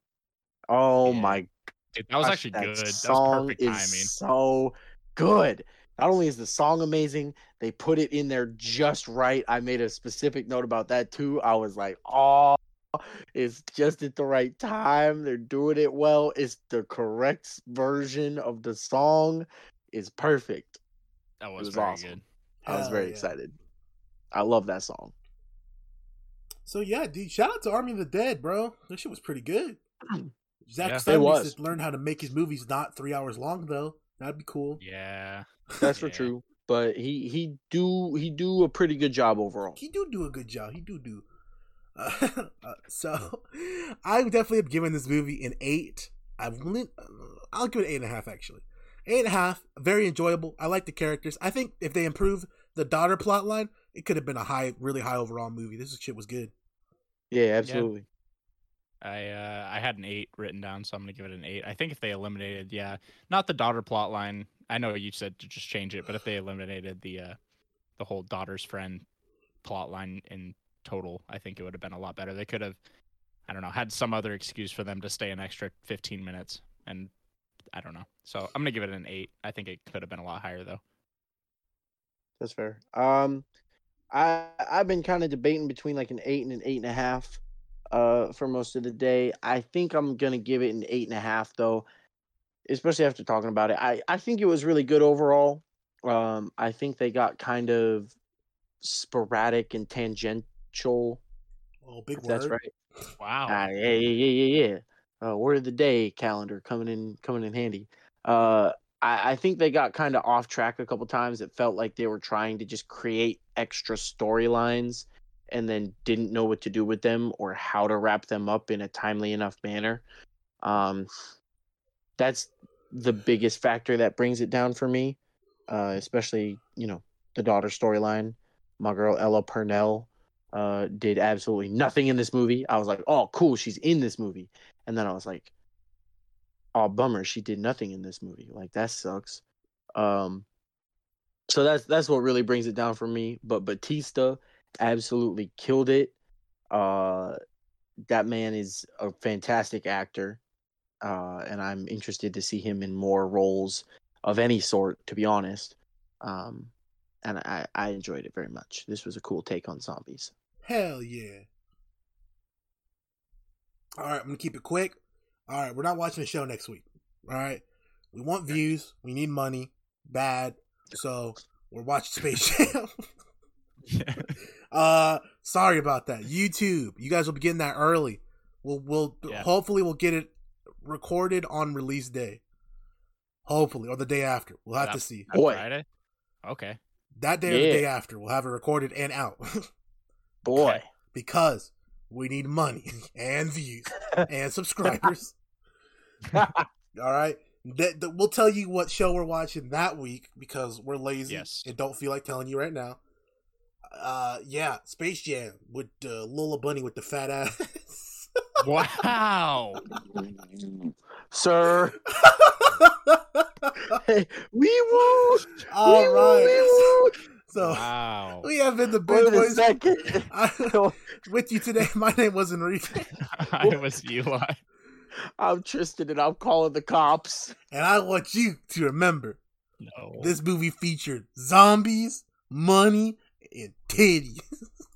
[SPEAKER 3] Oh
[SPEAKER 2] Yeah.
[SPEAKER 3] my
[SPEAKER 2] Dude, that was
[SPEAKER 3] gosh,
[SPEAKER 2] actually
[SPEAKER 3] that
[SPEAKER 2] good. That was
[SPEAKER 3] song
[SPEAKER 2] perfect
[SPEAKER 3] is
[SPEAKER 2] timing.
[SPEAKER 3] so good. Not only is the song amazing, they put it in there just right. I made a specific note about that too. I was like, oh, it's just at the right time. They're doing it well. It's the correct version of the song. It's perfect.
[SPEAKER 2] That was,
[SPEAKER 3] was
[SPEAKER 2] very
[SPEAKER 3] awesome.
[SPEAKER 2] good.
[SPEAKER 3] I was
[SPEAKER 1] Hell
[SPEAKER 3] very
[SPEAKER 1] yeah.
[SPEAKER 3] excited. I love that song.
[SPEAKER 1] So yeah, dude. Shout out to Army of the Dead, bro. That shit was pretty
[SPEAKER 2] (clears throat)
[SPEAKER 1] good. Zach
[SPEAKER 2] Yeah. It
[SPEAKER 1] Snyder needs
[SPEAKER 3] was.
[SPEAKER 1] to learn how to make his movies not three hours long, though. That'd be cool.
[SPEAKER 2] Yeah.
[SPEAKER 3] That's for
[SPEAKER 2] Yeah.
[SPEAKER 3] true. But he he do he do a pretty good job overall.
[SPEAKER 1] He do do a good job. He do do. (laughs) Uh, uh, so, (laughs) I definitely have given this movie an eight. I've li- I'll give it eight and a half actually. Eight and a half, very enjoyable. I like the characters. I think if they improve the daughter plot line, it could have been a high, really high overall movie. This shit was good.
[SPEAKER 3] Yeah, absolutely.
[SPEAKER 2] I uh, I had an eight written down, so I'm gonna give it an eight. I think if they eliminated, yeah, not the daughter plot line. I know you said to just change it, but if they eliminated the uh, the whole daughter's friend plot line in total, I think it would have been a lot better. They could have, I don't know, had some other excuse for them to stay an extra 15 minutes, and I don't know. So I'm gonna give it an eight. I think it could have been a lot higher though.
[SPEAKER 3] That's fair. Um, I I've been kind of debating between like an eight and an eight and a half, uh, for most of the day. I think I'm gonna give it an eight and a half though, especially after talking about it. I I think it was really good overall. Um, I think they got kind of sporadic and tangential.
[SPEAKER 1] Oh, big
[SPEAKER 3] If
[SPEAKER 1] word.
[SPEAKER 3] that's right.
[SPEAKER 2] Wow.
[SPEAKER 3] (laughs) Ah, yeah, yeah, yeah, yeah, yeah. Uh, word of the day calendar coming in coming in handy. Uh, I, I think they got kind of off track a couple times. It felt like they were trying to just create extra storylines and then didn't know what to do with them or how to wrap them up in a timely enough manner. Um, that's the biggest factor that brings it down for me. Uh, especially you know the daughter storyline. My girl Ella Purnell uh, did absolutely nothing in this movie. I was like, oh, cool, she's in this movie. And then I was like, oh bummer, she did nothing in this movie. Like that sucks. Um, so that's that's what really brings it down for me. But Batista absolutely killed it. Uh, that man is a fantastic actor, uh, and I'm interested to see him in more roles of any sort. To be honest, um, and I I enjoyed it very much. This was a cool take on zombies.
[SPEAKER 1] Hell yeah. All right, I'm gonna keep it quick. All right, we're not watching the show next week. All right, we want views. We need money. Bad. So we're watching Space (laughs) Jam.
[SPEAKER 2] (laughs)
[SPEAKER 1] uh, sorry about that. YouTube, you guys will be getting that early. We'll we'll
[SPEAKER 2] Yeah.
[SPEAKER 1] hopefully we'll get it recorded on release day. Hopefully, or the day after. We'll have to
[SPEAKER 2] Yep.
[SPEAKER 1] see.
[SPEAKER 2] On
[SPEAKER 3] Boy.
[SPEAKER 2] Friday? Okay.
[SPEAKER 1] That day or the
[SPEAKER 3] Yeah.
[SPEAKER 1] day after, we'll have it recorded and out (laughs)
[SPEAKER 3] Boy,
[SPEAKER 2] Okay.
[SPEAKER 1] because we need money (laughs) and views and
[SPEAKER 3] (laughs)
[SPEAKER 1] subscribers. All right. That, that- we'll tell you what show we're watching that week because we're lazy
[SPEAKER 2] Yes.
[SPEAKER 1] and don't feel like telling you right now. Uh, yeah, Space Jam with uh, Lola Bunny with the fat ass. (laughs)
[SPEAKER 2] Wow.
[SPEAKER 1] (laughs)
[SPEAKER 3] sir,
[SPEAKER 1] All
[SPEAKER 3] we woo, we woo,
[SPEAKER 1] right.
[SPEAKER 3] we woo.
[SPEAKER 1] So
[SPEAKER 2] wow.
[SPEAKER 1] we have been the big
[SPEAKER 3] Wait a
[SPEAKER 1] boys.
[SPEAKER 3] second.
[SPEAKER 1] I, (laughs) with you today, my name was Enrique,
[SPEAKER 2] (laughs) I was Eli.
[SPEAKER 3] I'm Tristan and I'm calling the cops.
[SPEAKER 1] and I want you to remember
[SPEAKER 2] No.
[SPEAKER 1] this movie featured zombies, money, and titties.